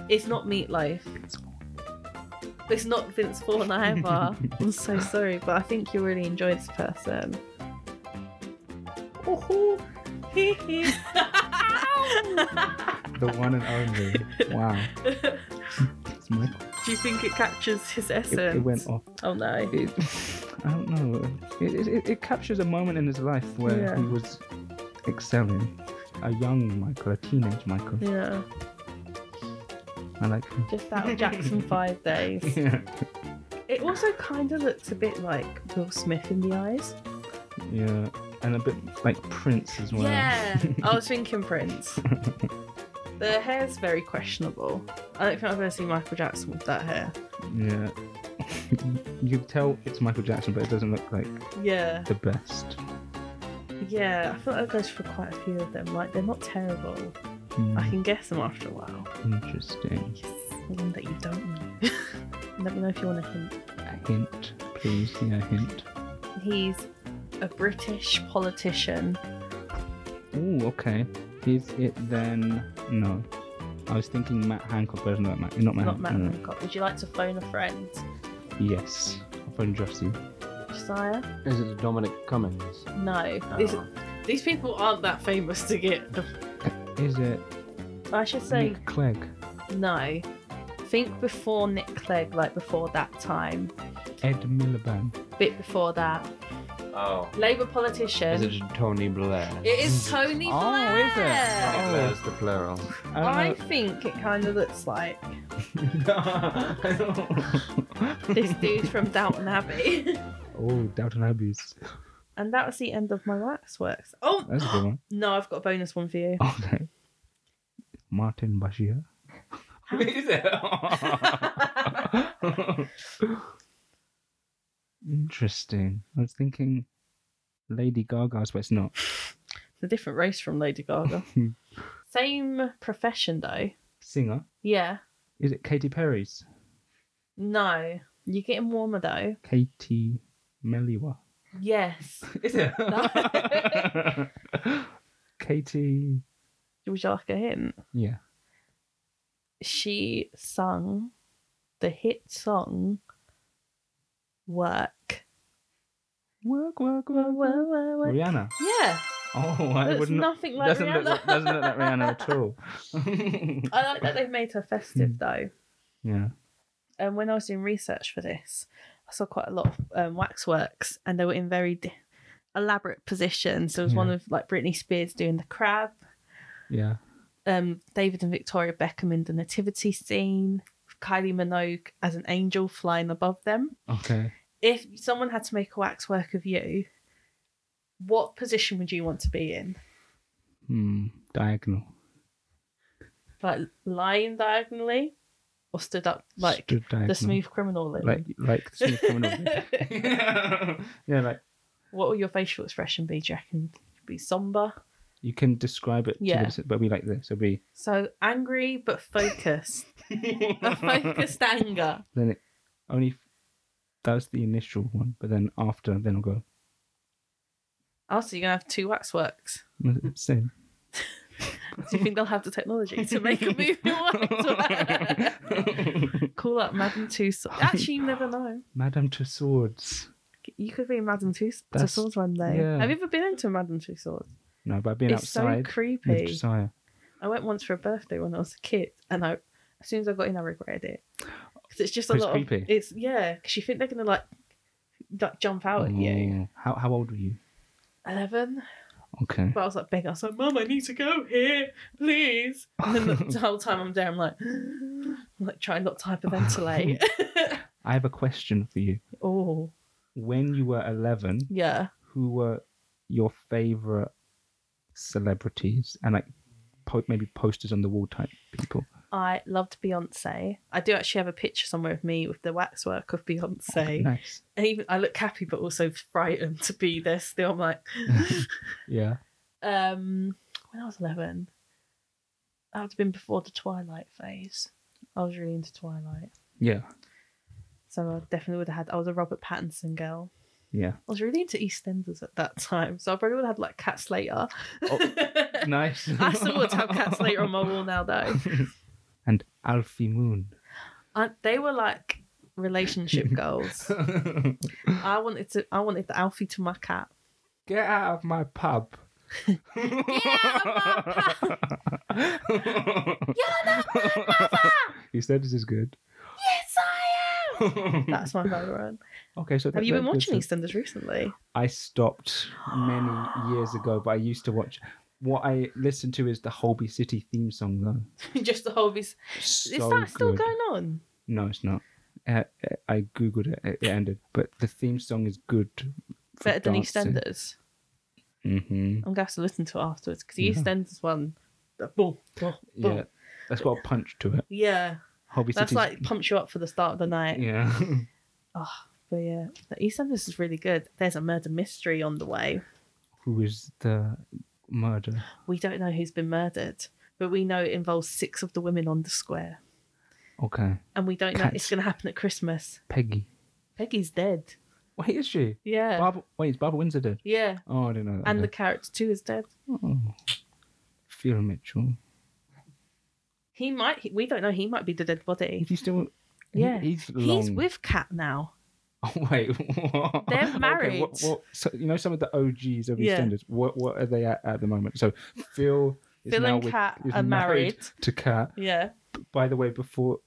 It's not Meatloaf. It's not Vince Vaughn either. I'm so sorry, but I think you'll really enjoy this person. Oh, hee hee.
The one and only. Wow.
Do
It's my,
you think it captures his essence?
it, it went off.
Oh no.
It, I don't know. It, it, it captures a moment in his life where
Yeah.
he was excelling. A young Michael, a teenage Michael.
Yeah,
I like him.
just out of Jackson Five days.
Yeah.
It also kind of looks a bit like Will Smith in the eyes.
Yeah. And a bit like Prince as well.
I was thinking Prince. the hair's very questionable. I don't think I've ever seen Michael Jackson with that hair.
Yeah. you can tell it's Michael Jackson, but it doesn't look like
Yeah,
the best.
yeah. I feel like that goes for quite a few of them. Like they're not terrible.
Hmm,
I can guess them after a while.
Interesting.
Yes, the one that you don't know. Let me know if you want a hint.
A hint, please. Yeah, a hint.
He's a British politician.
Ooh, okay. Is it then? No. I was thinking Matt Hancock, but it's not Matt. Not Matt.
Not Matt
no.
Hancock. Would you like to phone a friend?
Yes. I'll phone Jossie.
Josiah?
Is it Dominic Cummings?
No. These, these people aren't that famous to get. The, Mm.
Is it
I should say
Nick Clegg?
no. Think before Nick Clegg, like before that time,
Ed Miliband.
bit before that.
Oh.
Labour politician.
Is it Tony Blair?
It is Tony
Oh,
Blair.
is it? Uh,
Oh.
There's the plural.
Uh,
I think it kind of looks like this dude from Downton Abbey.
oh, Downton Abbey's.
and that was the end of my waxworks. Oh
That's a good one.
no, I've got a bonus one for you.
Okay. Martin Bashir. Is it? Interesting. I was thinking Lady Gaga's, but it's not.
It's a different race from Lady Gaga.
Hmm.
Same profession though.
Singer.
Yeah.
Is it Katy Perry's?
No. You're getting warmer though.
Katy Meliwa.
Yes.
Is it? Katy.
Would you like a hint?
Yeah.
She sung the hit song Work.
Work, work, work, work.
Wo- wo- wo-
Rihanna.
Yeah.
Oh, I
It's
wouldn't.
nothing like
doesn't,
Rihanna.
look, like- doesn't look like Rihanna at all. Hmm.
I like that they've made her festive though.
yeah.
um, when I was doing research for this, I saw quite a lot of um, waxworks, and they were in very di- elaborate positions. There was one
Yeah.
of like Britney Spears doing the crab,
Yeah.
um, David and Victoria Beckham in the nativity scene, Kylie Minogue as an angel flying above them.
Okay.
If someone had to make a waxwork of you, what position would you want to be in?
Hmm. Diagonal.
Like lying diagonally, or stood up like
Stood diagonal.
the smooth criminal? look?
Like like the smooth criminal. yeah, like
what will your facial expression be? Do you reckon be somber?
you can describe it.
Yeah.
To the, but we like this. It'll be
So angry but focused. a focused anger.
then it only that's the initial one, but then after then I'll go
Oh, so you're gonna have two waxworks.
same.
Do you think they'll have the technology to make a movie wax? Call up Madame Tussauds. Actually, you never know.
Madame Tussauds.
You could be Madame Tuss-
That's-
Tussauds one day.
yeah.
Have you ever been into a Madame Tussauds?
No, but being
it's
outside
so
with
creepy.
Josiah.
I went once for a birthday when I was a kid, and I, as soon as I got in, I regretted it because it's just a
Oh, It's
lot
creepy.
of it's yeah. Because you think they're gonna like, like jump out at you.
Oh, How how old were you?
Eleven.
Okay.
But I was like begging. I was like, "Mum, I need to go here, please." And then the, the whole time I'm there, I'm like, I'm like trying not to hyperventilate.
I have a question for you.
oh,
When you were eleven,
yeah.
who were your favorite celebrities and like po- maybe posters on the wall type people?
I loved Beyonce. I do actually have a picture somewhere of me with the waxwork of Beyonce.
Oh, Nice.
And even I look happy, but also frightened to be there. Still, I'm like,
Yeah.
um, when I was eleven, that would have been before the Twilight phase. I was really into Twilight,
Yeah.
so I definitely would have had. I was a Robert Pattinson girl.
Yeah.
I was really into EastEnders at that time, so I probably would have had like Cat Slater.
Nice.
I still would have Cat Slater on my wall now, though.
and Alfie Moon.
And they were like relationship goals. I wanted to. I wanted the Alfie to my cat.
Get out of my pub. He said this is good.
Yes, I am. That's my favourite. one.
Okay, so
Have
that-
you been
that-
watching
that's-
EastEnders recently?
I stopped many years ago, but I used to watch. What I listen to is the Holby City theme song, though.
Just the whole. Is
So
is that still
good.
going on?
No, it's not. Uh, uh, I googled it. It it ended, but the theme song is good.
Better than EastEnders.
Mm-hmm.
I'm gonna have to listen to it afterwards because the
Yeah.
EastEnders one. the boom, boom, boom.
Yeah, that's got a punch to it.
yeah.
Holby
That's
City.
like pumps you up for the start of the night.
yeah.
But yeah, the EastEnders is really good. There's a murder mystery on the way.
Who is the murder?
We don't know who's been murdered, but we know it involves six of the women on the square.
Okay,
And we don't know
Cats.
it's going to happen at Christmas.
Peggy.
Peggy's dead.
Wait, is she?
Yeah.
Barbara. Wait, is Barbara Windsor dead?
Yeah.
Oh, I do not know. That
And the character too is dead.
oh. Phil Mitchell.
He might, we don't know, he might be the dead body.
If you still. he-
Yeah.
he's long.
He's with Kat now.
Oh, wait. what?
They're
Okay,
married.
what, what, so, you know some of the OGs of
Yeah.
EastEnders. What what are they at at the moment? So Phil is
Phil
now
and
with,
Kat
is
are married.
to Kat.
Yeah.
By the way, before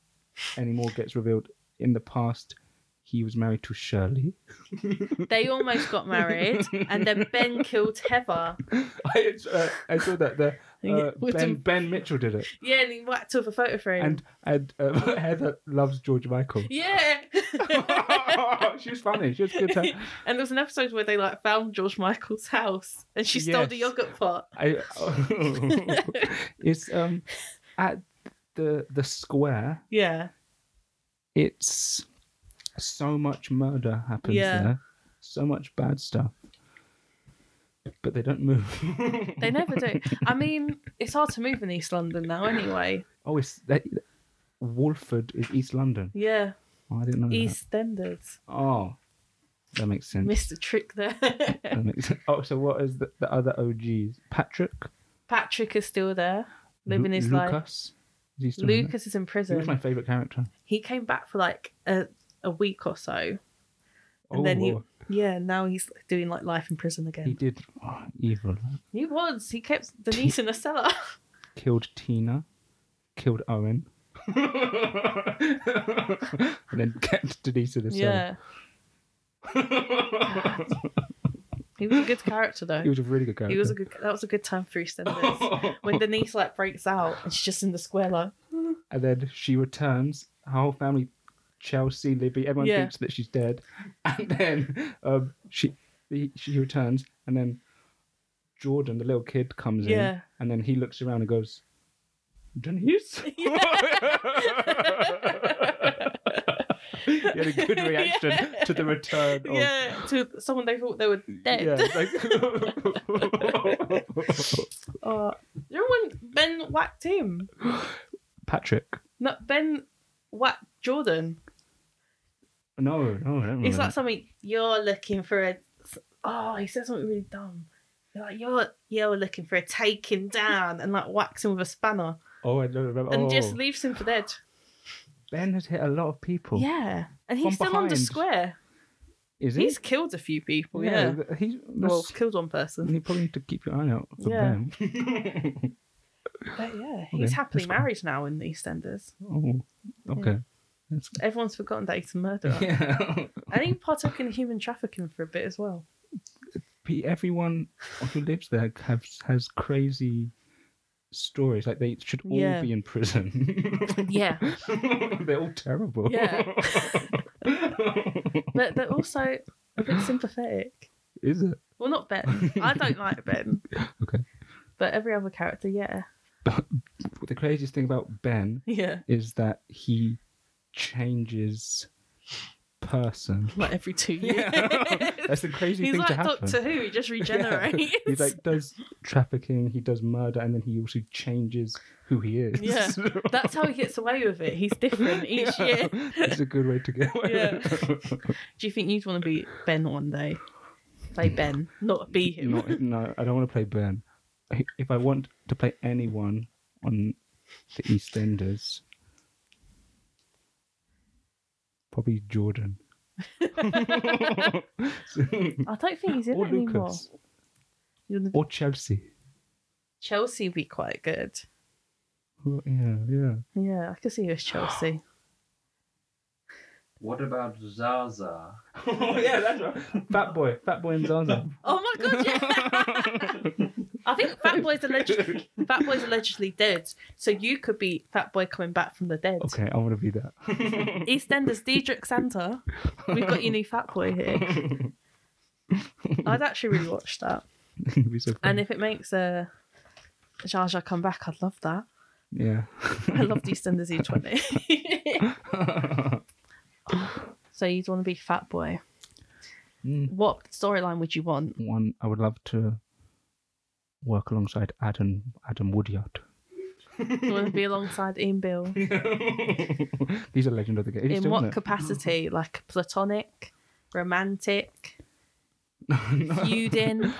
any more gets revealed, in the past he was married to Shirley.
They almost got married. and then Ben killed Heather.
I, uh, I saw that the, uh,
With
ben,
the-
ben Mitchell did it,
Yeah, and he whacked off a photo frame.
and and uh, Heather loves George Michael.
yeah.
she was funny. She was good. To,
and there was an episode where they like found George Michael's house and she stole the
Yes.
yogurt pot.
I, it's um at the the square.
Yeah.
it's so much murder happens
Yeah.
there, so much bad stuff, but they don't move.
They never do. I mean, it's hard to move in East London now anyway.
oh, it's that Wolford is East London.
Yeah.
Oh, I didn't know
EastEnders.
that. Oh, that makes sense.
Missed a trick there.
That makes Oh, so what is the, the other OGs? Patrick,
Patrick is still there, living
Lu-
his life.
Lucas. Is he still in
Lucas is in
there? He was
prison.
my favorite character.
He came back for like a, a week or so. And
oh,
then he-
oh,
Yeah, now he's doing like life in prison
he,
again.
did oh, evil.
He was. He kept Denise in a cellar.
Killed Tina, killed Owen. and then kept Denise to the side.
Yeah. He was a good character though.
he was a really good character.
He was a good. That was a good time for EastEnders. when Denise like breaks out and she's just in the square like.
and then she returns. Her whole family, Chelsea, Libby, everyone
Yeah.
thinks that she's dead. And then um, she he- she returns, and then Jordan, the little kid, comes in,
Yeah.
and then he looks around and goes, "Denise." he had a good reaction
Yeah.
to the return. Of,
Yeah, to someone they thought they were dead.
Yeah, like-
Uh, you remember when Ben whacked him?
Patrick.
No, Ben whacked Jordan.
No, no, I don't
It's
remember.
like something you're looking for a. Oh, he said something really dumb. You're like you're you're looking for a taking down and like whacks him with a spanner
Oh, I don't remember.
and
oh.
just leaves him for dead.
Ben has hit a lot of people.
Yeah, and
From
he's still on the
behind.
square.
Is he? Oh,
He's killed a few people. Yeah,
th- He's
well,
that's-
killed one person.
you probably need to keep your eye out for
Yeah.
Ben.
But yeah, he's
Okay,
happily
that's fine.
married now in the EastEnders.
Oh, okay. That's
Everyone's forgotten that he's a murderer.
yeah.
And he partook in human trafficking for a bit as well.
P- Everyone who lives there has has crazy stories. Like they should all
Yeah.
be in prison.
Yeah.
They're all terrible.
Yeah. But they're also a bit sympathetic.
Is it?
Well, not Ben. I don't like Ben.
Okay.
But every other character, yeah.
The craziest thing about Ben
Yeah.
is that he changes person.
Like every two years.
That's the crazy
He's
thing to
like
happen.
Doctor Who, he just regenerates.
He like does trafficking, he does murder, and then he also changes who he is.
Yeah. That's how he gets away with it. He's different each
Yeah.
year.
It's a good way to get away.
Yeah.
with it.
Do you think you'd want to be Ben one day? Play Ben, not be him.
Not- no, I don't want to play Ben. I- If I want to play anyone on the EastEnders, probably Jordan.
I don't think he's in
or
it anymore.
Lucas.
You wanna-
Or Chelsea.
Chelsea would be quite good.
Who- Yeah, yeah.
Yeah, I could see you as Chelsea.
What about Zaza?
yeah, that's right. Fat boy, fat boy and Zaza.
Oh my god, yeah! I think Fat Boy's allegedly Fat Boy's allegedly dead, so you could be Fat Boy coming back from the dead.
Okay, I want to be that.
EastEnders, Diedrich Santa, we've got your new Fat Boy here. I'd actually really watch that,
It'd be so
and
funny.
if it makes uh, Jar Jar come back, I'd love that.
yeah.
I loved EastEnders E E20. so you'd want to be Fat Boy.
Mm.
What storyline would you want?
One, I would love to work alongside Adam Adam Woodyard.
You want to be alongside Ian Bill?
He's a legend of the game. He's
in
still
what
in it.
capacity? Like platonic, romantic,
No.
feuding?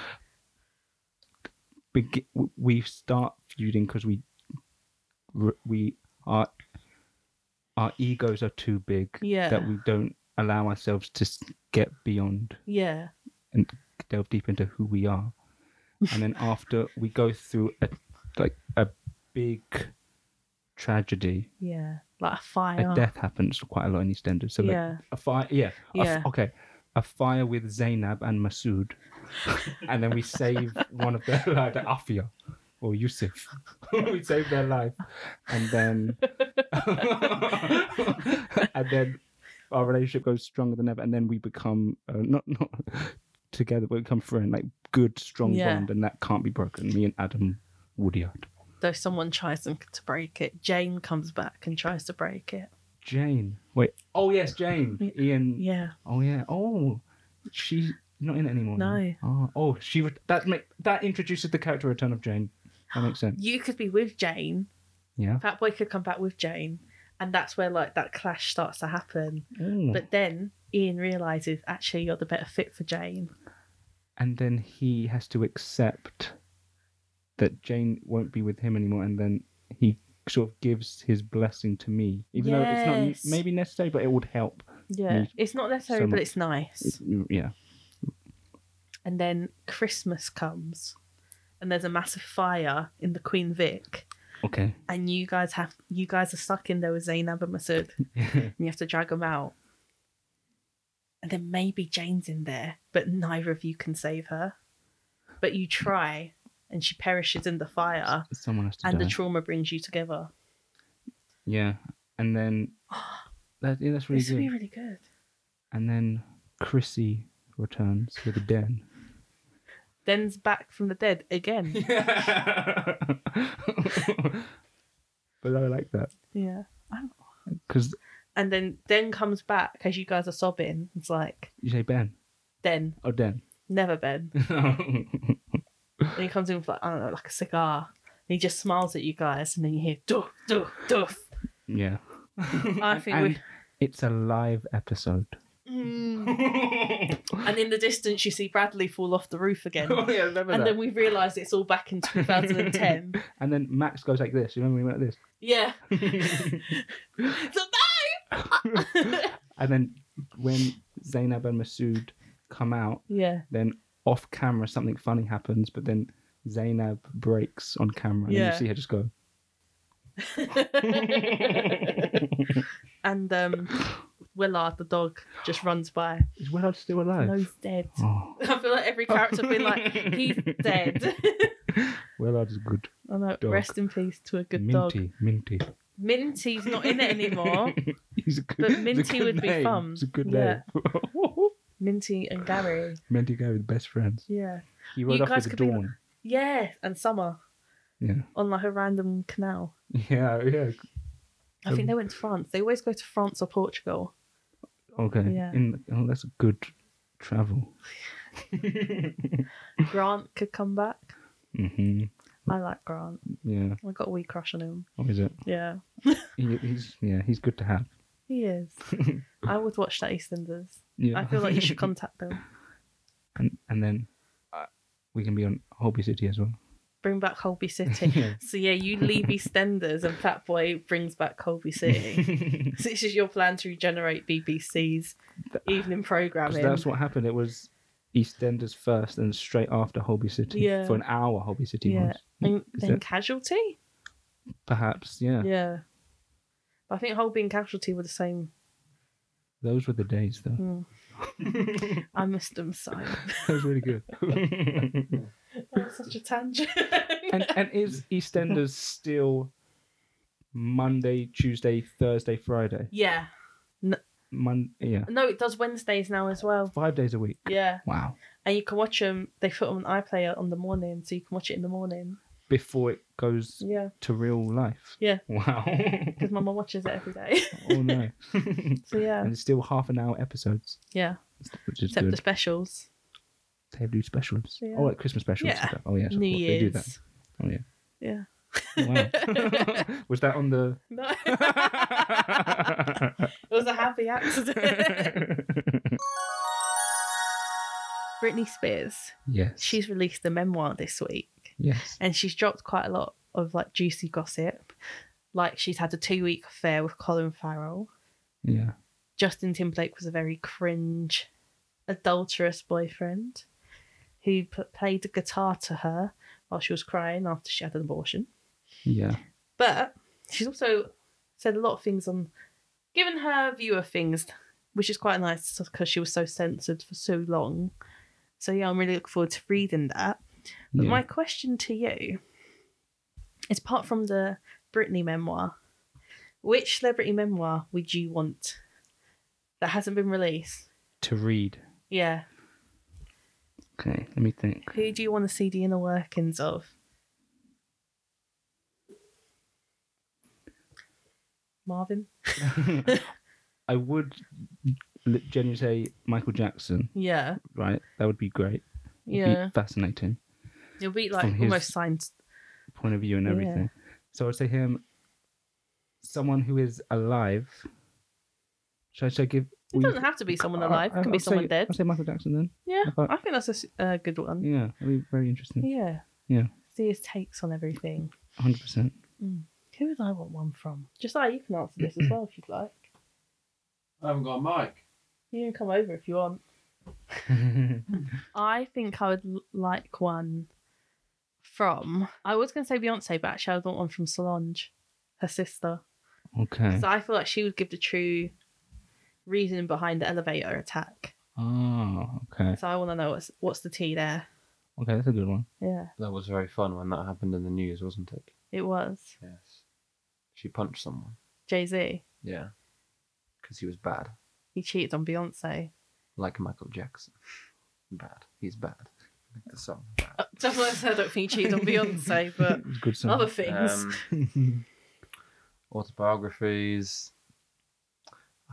Begi- w- we start feuding because we r- we are our egos are too big
Yeah.
that we don't allow ourselves to s- get beyond
yeah.
and delve deep into who we are. And then after we go through a like a big tragedy,
Yeah. Like a
a
fire.
death happens quite a lot in EastEnders. So like
Yeah.
a fire, yeah, a f-
Yeah.
okay, a fire with Zainab and Masood, and then we save one of their lives, Afia or Yusuf. we save their life, and then and then our relationship goes stronger than ever, and then we become uh, not not together, but we become friend, like good strong
Yeah.
bond, and that can't be broken. Me and Adam Woodyard,
Though someone tries and- to break it. Jane comes back and tries to break it.
Jane. Wait, oh yes, Jane, Ian.
Yeah.
Oh yeah. Oh, she's not in it anymore.
No.
Oh, oh, she re- that make that introduces the character return of Jane. That makes sense.
You could be with Jane.
Yeah.
Fat Boy could come back with Jane. And that's where like that clash starts to happen.
Ooh.
But then Ian realizes actually you're the better fit for Jane.
and then he has to accept that Jane won't be with him anymore, and then he sort of gives his blessing to me, even though it's
Yes.
not maybe necessary, but it would help.
Yeah.
Needs
It's not necessary,
Mm. so
but
much-
it's nice.
It's- yeah.
and then Christmas comes, and there's a massive fire in the Queen Vic,
Okay.
and you guys have you guys are stuck in there with Zainab and Masood, and you have to drag them out. And then maybe Jane's in there, but neither of you can save her. But you try, and she perishes in the fire,
Someone has to
and
die.
the trauma brings you together.
yeah, and then that, yeah, that's really
this would be
good.
really good.
And then Chrissy returns with a den.
Then's back from the dead again.
but I like that
yeah.
because
And then Den comes back as you guys are sobbing. It's like,
you say Ben Oh,
Den,
or Den.
never Ben. And he comes in with like, I don't know, like a cigar. And he just smiles at you guys, and then you hear doof, doof, doof.
yeah,
I think
and
we.
it's a live episode.
mm. And in the distance, you see Bradley fall off the roof again.
yeah, remember
and then we realise it's all back in 2010.
And then Max goes like this. You remember when he went
yeah.
like
So,
this? and then when Zainab and Masood come out,
yeah.
then off camera something funny happens, but then Zainab breaks on camera, and then
Yeah.
you see her just go.
and um, Willard, the dog, just runs by.
Is Willard still
No,
alive?
he's dead.
Oh.
I feel like every character been like, he's dead.
Willard is good.
I know.
Dog.
Rest in peace to a good
minty,
dog.
minty.
Minty's not in it anymore.
He's a good,
But
it's a
Minty
good
would be
name.
fun.
It's a good
Yeah.
name.
Minty and Gary.
Minty guy with best friends.
Yeah.
He rode
You
off
guys
with the
could be like-
dawn.
Yeah. And Summer
Yeah,
on like a random canal.
yeah, yeah.
I
Um,
think they went to France. They always go to France or Portugal.
Okay,
Yeah.
In, oh, that's a good travel.
Grant could come back.
hmm
I like Grant.
Yeah,
I got a wee crush on him.
what is it?
Yeah.
He, he's yeah, he's good to have.
He is. I would watch that EastEnders.
Yeah,
I feel like you should contact them.
and and then uh, we can be on Hobby City as well.
Bring back Colby City.
Yeah.
so yeah, you leave EastEnders and Fat Boy brings back Colby City. so this is your plan to regenerate BBC's evening
'Cause
programming.
that's what happened. It was EastEnders first, and straight after Hobby City
Yeah.
for an hour. Hobby City
Yeah.
was
and then
that-
Casualty?
perhaps yeah.
Yeah. But I think Holby and Casualty were the same.
Those were the days though.
Mm. I missed them so.
that was really good.
That's such a tangent.
and and is EastEnders still Monday, Tuesday, Thursday, Friday?
yeah.
Mon yeah,
No, it does Wednesdays now as well.
five days a week.
Yeah.
Wow.
And you can watch them. They put them on iPlayer on the morning, so you can watch it in the morning.
Before it goes
Yeah.
to real life.
Yeah.
Wow.
Because my mum watches it every day.
oh no. and
so yeah.
it's still half an hour episodes,
Yeah.
which is
Except
good.
the specials.
They do specials.
Yeah.
Oh, like Christmas specials. and
Yeah.
stuff. Oh, yeah. so
New
of course They do that.
Year's. Yeah.
Oh, yeah. Wow. Was that on the.
No. it was a happy accident. Britney Spears.
yes.
She's released a memoir this week.
Yes.
and she's dropped quite a lot of like juicy gossip. Like she's had a two week affair with Colin Farrell.
Yeah.
Justin Timberlake was a very cringe, adulterous boyfriend who p- played the guitar to her while she was crying after she had an abortion.
Yeah.
But she's also said a lot of things on, given her view of things, which is quite nice because she was so censored for so long. So yeah, I'm really looking forward to reading that. But
yeah.
my question to you is apart from the Britney memoir, which celebrity memoir would you want that hasn't been released?
To read.
Yeah.
Okay. Let me think.
Who do you want to see the inner workings of? Marvin?
I would l- genuinely say Michael Jackson,
Yeah.
right? That would be great. It'd be
Yeah.
fascinating
You'll be like
From his-
almost signed.
point of view and
Yeah.
everything. So I'd say him, someone who is alive. Should I, should I give.
It doesn't have to be someone alive, it can be someone dead.
I'll say Michael Jackson then.
Yeah.
I-
I think that's a s- a good one.
Yeah, that'd be very interesting.
Yeah.
Yeah.
See his takes on everything.
Hundred percent.
Who would I want one from? Josiah, you can answer this as well if you'd like.
I haven't got a mic.
You can come over if you want. I think I would l- like one from, I was going to say Beyonce, but actually I want one from Solange, her sister.
Okay.
So I feel like she would give the true reason behind the elevator attack.
Oh, okay.
So I want to know what's what's the tea there.
Okay, that's a good one.
Yeah,
That was very fun when that happened in the news, wasn't it?
it was
Yes. She punched someone.
Jay Z.
Yeah. Because he was bad,
He cheated on Beyonce.
like Michael Jackson. Bad. He's bad. Like the song. Bad.
Uh, Don't want to say I don't think he cheated on Beyonce, but
It's a good song.
other things.
Um, autobiographies.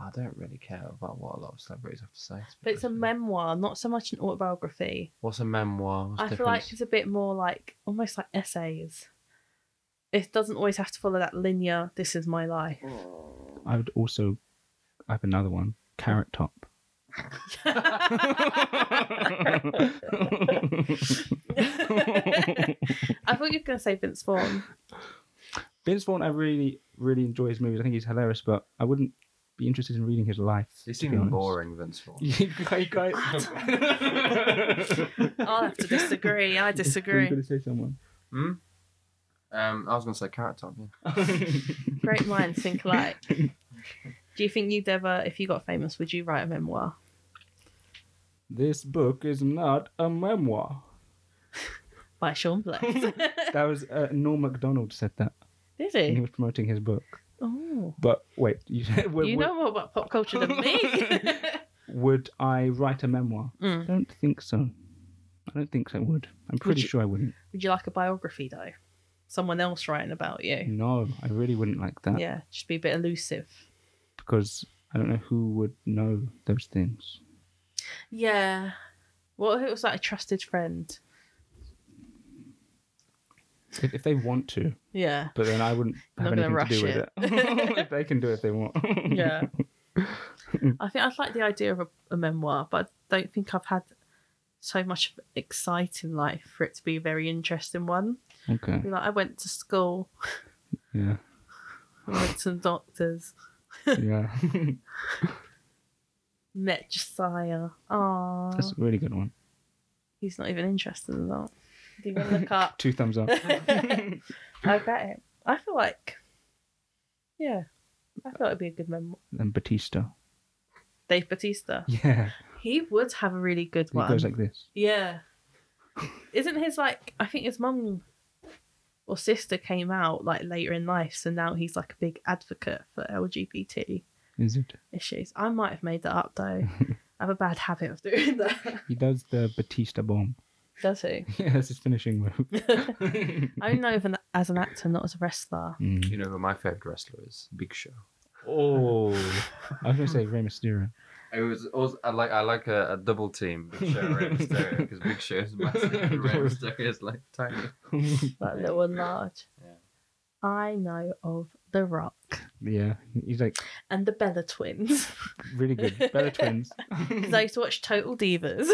I don't really care about what a lot of celebrities have to say. to be
but it's a
honest with you.
memoir, not so much an autobiography.
What's a memoir? What's
I
the
feel like
difference?
it's a bit more like almost like essays. It doesn't always have to follow that linear. This is my life.
I would also. I have another one. Carrot Top.
I thought you were going to say Vince Vaughn.
Vince Vaughn, I really, really enjoy his movies. I think he's hilarious, but I wouldn't be interested in reading his life.
He's
to be
even
honest.
boring, Vince Vaughn.
You guys- you guys-
I'll have to disagree. I
Were you
disagree.
going to say someone?
Hmm? Um, I was going to say Carrot Top, yeah.
Great minds think alike. Do you think you'd ever, if you got famous, would you write a memoir?
This book is not a memoir.
By Sean Blake.
That was uh, Neil MacDonald said that.
Did
when He
he?
was promoting his book.
Oh.
But wait, you, said- would,
You know more about pop culture than me.
would I write a memoir? I
Mm.
don't think so. I don't think I would. I'm pretty
you-
sure I wouldn't.
Would you like a biography though? Someone else writing about you.
No, I really wouldn't like that
Yeah, just be a bit elusive.
because I don't know who would know those things.
Yeah. What if it was like a trusted friend?
If, if they want to,
Yeah.
but then I wouldn't have
Not gonna
anything to do with it.
rush
they can do it if they want.
Yeah. I think I'd like the idea of a, a memoir, but I don't think I've had so much of an exciting life for it to be a very interesting one.
Okay.
Be like, I went to school,
Yeah.
I went to doctors,
Yeah.
met Josiah. Aww.
That's a really good one.
He's not even interested in that. Do you want to look up?
Two thumbs up.
I bet it. I feel like, yeah, I thought it'd be a good memoir.
Then Batista.
Dave Batista.
Yeah.
He would have a really good
He
one.
goes like this.
Yeah. Isn't his like I think his mum or sister came out like later in life, so now he's like a big advocate for LGBT
Is it?
issues. I might have made that up though. I have a bad habit of doing that.
He does the Batista bomb.
Does he?
Yeah, that's his finishing move.
I only know of an, as an actor, not as a wrestler.
Mm.
You know who my favourite wrestler is? Big Show.
Oh. I was going to say Rey Mysterio.
It was also, I like I like a, a double team Big Show Rey Mysterio because Big Show is massive and Rey Mysterio is like tiny.
Like little and large.
Yeah.
I know of The Rock
yeah. He's like
and the Bella Twins.
really good. Bella Twins.
Because I used to watch Total Divas.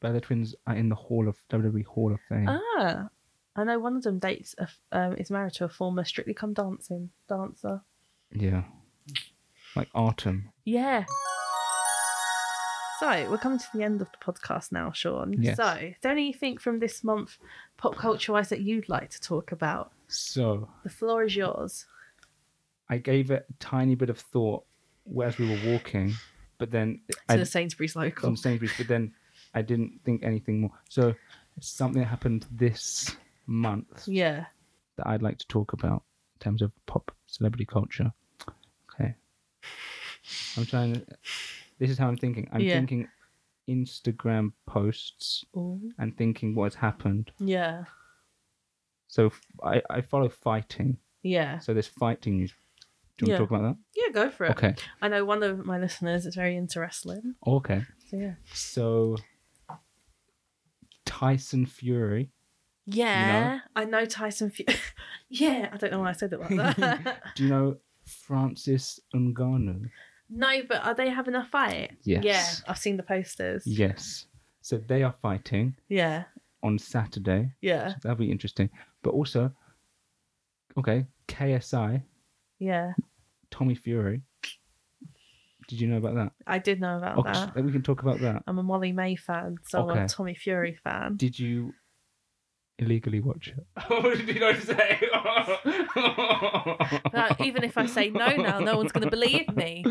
Bella Twins are in the Hall of WWE Hall of Fame.
Ah, I know one of them dates a, f- um, is married to a former Strictly Come Dancing dancer.
Yeah. Like Artem.
Yeah. So we're coming to the end of the podcast now, Sean.
Yes.
So, is there anything from this month, pop culture wise, that you'd like to talk about?
So
The floor is yours.
I gave it a tiny bit of thought as we were walking, but then
To
I
the Sainsbury's local.
from Sainsbury's, but then I didn't think anything more. So something that happened this month
Yeah.
that I'd like to talk about in terms of pop celebrity culture. Okay. I'm trying to, this is how I'm thinking. I'm
Yeah.
thinking Instagram posts
Ooh.
and thinking what has happened.
Yeah.
So f- I, I follow fighting.
Yeah.
So there's fighting news. Do you want
Yeah.
to talk about
Yeah, go for
that?
it.
Okay.
I know one of my listeners is very into wrestling.
Okay.
So, yeah.
So Tyson Fury.
Yeah. I know Tyson Fu yeah. I don't know why I said it like that.
Do you know Francis Ngannou?
no, but are they having a fight?
Yes.
Yeah, I've seen the posters.
Yes. So they are fighting
Yeah,
on Saturday.
yeah,
That'll be interesting. But also, okay, KSI,
yeah.
Tommy Fury. Did you know about that?
I did know about
Okay,
that.
so we can talk about that.
I'm a Molly May fan, so I'm
Okay.
a Tommy Fury fan.
Did you illegally watch it. what did you not say?
Now, even if I say no now, no one's going to believe me.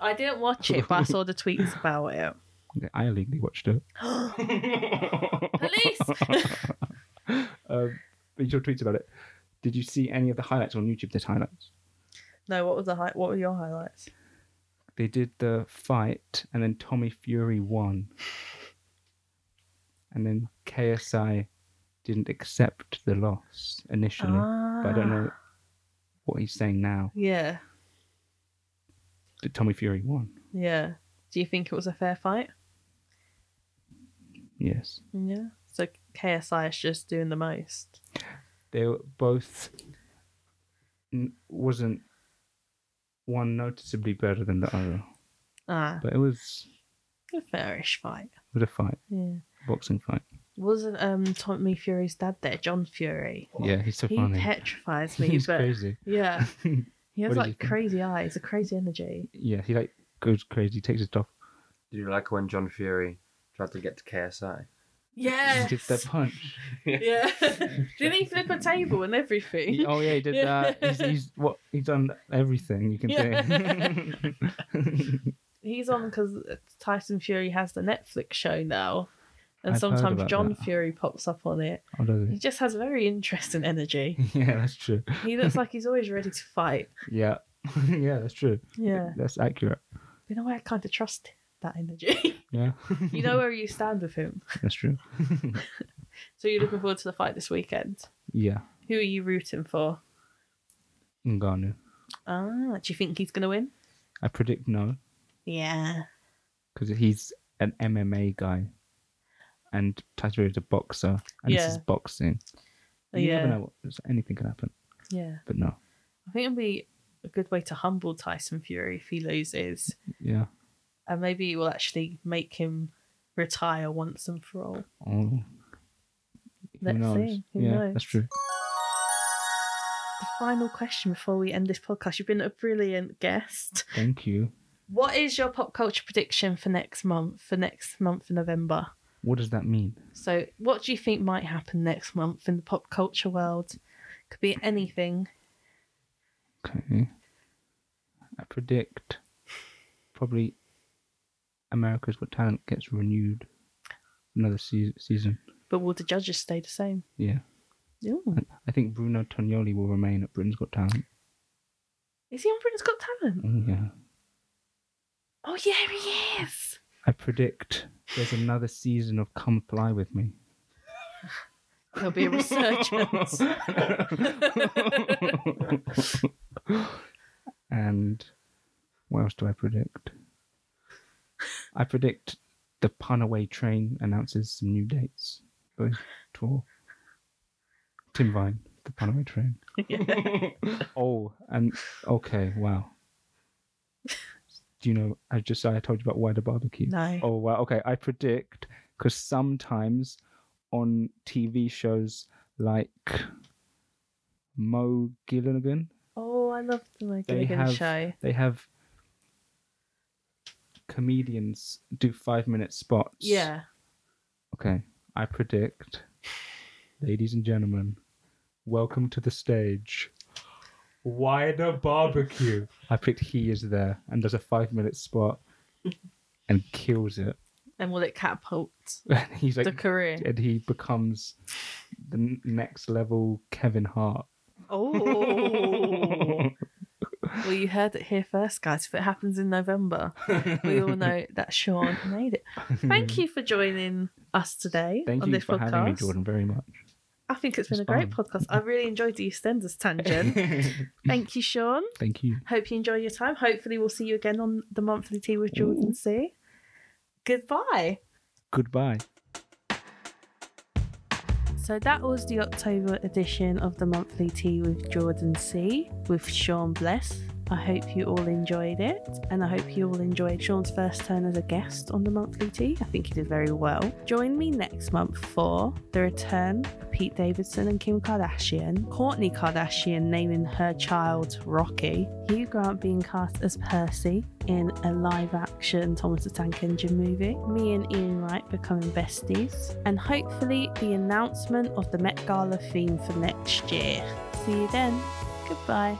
I didn't watch it, but I saw the tweets about it.
I illegally watched it.
Police!
um, read your tweets about it. Did you see any of the highlights on YouTube? Did highlights?
no, what was the hi- what were your highlights?
They did the fight, and then Tommy Fury won, and then KSI didn't accept the loss initially. But I don't know
Ah.
what he's saying now.
Yeah,
That Tommy Fury won.
yeah. Do you think it was a fair fight?
Yes,
Yeah. So KSI is just doing the most.
they were both n- wasn't one noticeably better than the other,
Ah,
but it was
a fairish fight.
it was a fight,
Yeah.
boxing fight.
Wasn't um Tommy Fury's dad there, John Fury?
Yeah, he's so
He
funny.
petrifies me,
he's
but
crazy.
yeah, he has
What did you
like
think?
crazy eyes, a crazy energy.
Yeah, he like goes crazy, takes his top.
Did you like when John Fury tried to get to KSI?
Yeah.
He did that punch.
Yeah. Didn't he flip a table and everything?
He- oh yeah, he did
Yeah.
that. He's, he's what he's done everything you can do.
he's on because Tyson Fury has the Netflix show now, and
I've heard
sometimes
about
John
that.
Fury pops up on it.
oh, does
He just has very interesting energy.
he? Yeah, that's true.
He looks like he's always ready to fight.
Yeah, yeah, that's true.
Yeah,
That's accurate.
in a way, I kind of trust that energy.
Yeah,
you know where you stand with him.
that's true.
So you're looking forward to the fight this weekend.
Yeah,
Who are you rooting for?
Ngannou.
Ah, do you think he's going to win?
I predict no
Yeah.
because he's an MMA guy, and Tyson is a boxer, and this is
Yeah.
boxing. You
yeah.
never know; what- anything can happen.
Yeah.
But no,
I think it'll be a good way to humble Tyson Fury if he loses,
yeah.
and maybe it will actually make him retire once and for all.
Oh.
Let's see. Who
yeah,
knows?
that's true.
The final question before we end this podcast. You've been a brilliant guest.
Thank you.
What is your pop culture prediction for next month, for next month in November?
What does that mean?
So, what do you think might happen next month in the pop culture world? Could be anything.
Okay. I predict probably America's Got Talent gets renewed another se- season.
But will the judges stay the same?
Yeah.
Ooh.
I think Bruno Tognoli will remain at Britain's Got Talent.
Is he on Britain's Got Talent?
Oh, yeah.
Oh, yeah, he is.
I predict there's another season of Come Fly With Me.
There'll be a resurgence.
and what else do I predict? I predict the Punaway train announces some new dates. Both tour. Tim Vine, the Punaway train. oh, and okay, wow. Do you know? I just I told you about wider barbecue.
no.
Oh wow. Okay, I predict because sometimes on TV shows like Mo Gilligan,
Oh, I love the
They
Megan
have-
show.
they have comedians do five minute spots.
Yeah.
Okay, I predict, ladies and gentlemen, welcome to the stage. Wider barbecue. I predict he is there and does a five minute spot and kills it.
And will it catapult
And he's like
the career?
and he becomes the n- next level Kevin Hart.
Oh. Well, you heard it here first, guys. If it happens in November, we all know that Sean made it. Thank you for joining us today
Hmm. Thank
on
you
this
for
podcast.
having me, Jordan, very much.
I think it's been
It's
a great
fine.
podcast. I really enjoyed the EastEnders tangent. Thank you, Sean.
Thank you.
Hope you enjoy your time. Hopefully, we'll see you again on the monthly tea with Jordan C. Goodbye.
Goodbye.
So that was the October edition of the monthly tea with Jordan C. with Sean Bless.
I hope you all enjoyed it, and I hope you all enjoyed Sean's first turn as a guest on the monthly tea. I think he did very well. Join me next month for the return of Pete Davidson and Kim Kardashian, Courtney Kardashian naming her child Rocky, Hugh Grant being cast as Percy in a live action Thomas the Tank Engine movie, me and Ian Wright becoming besties, and hopefully the announcement of the Met Gala theme for next year. See you then. Goodbye.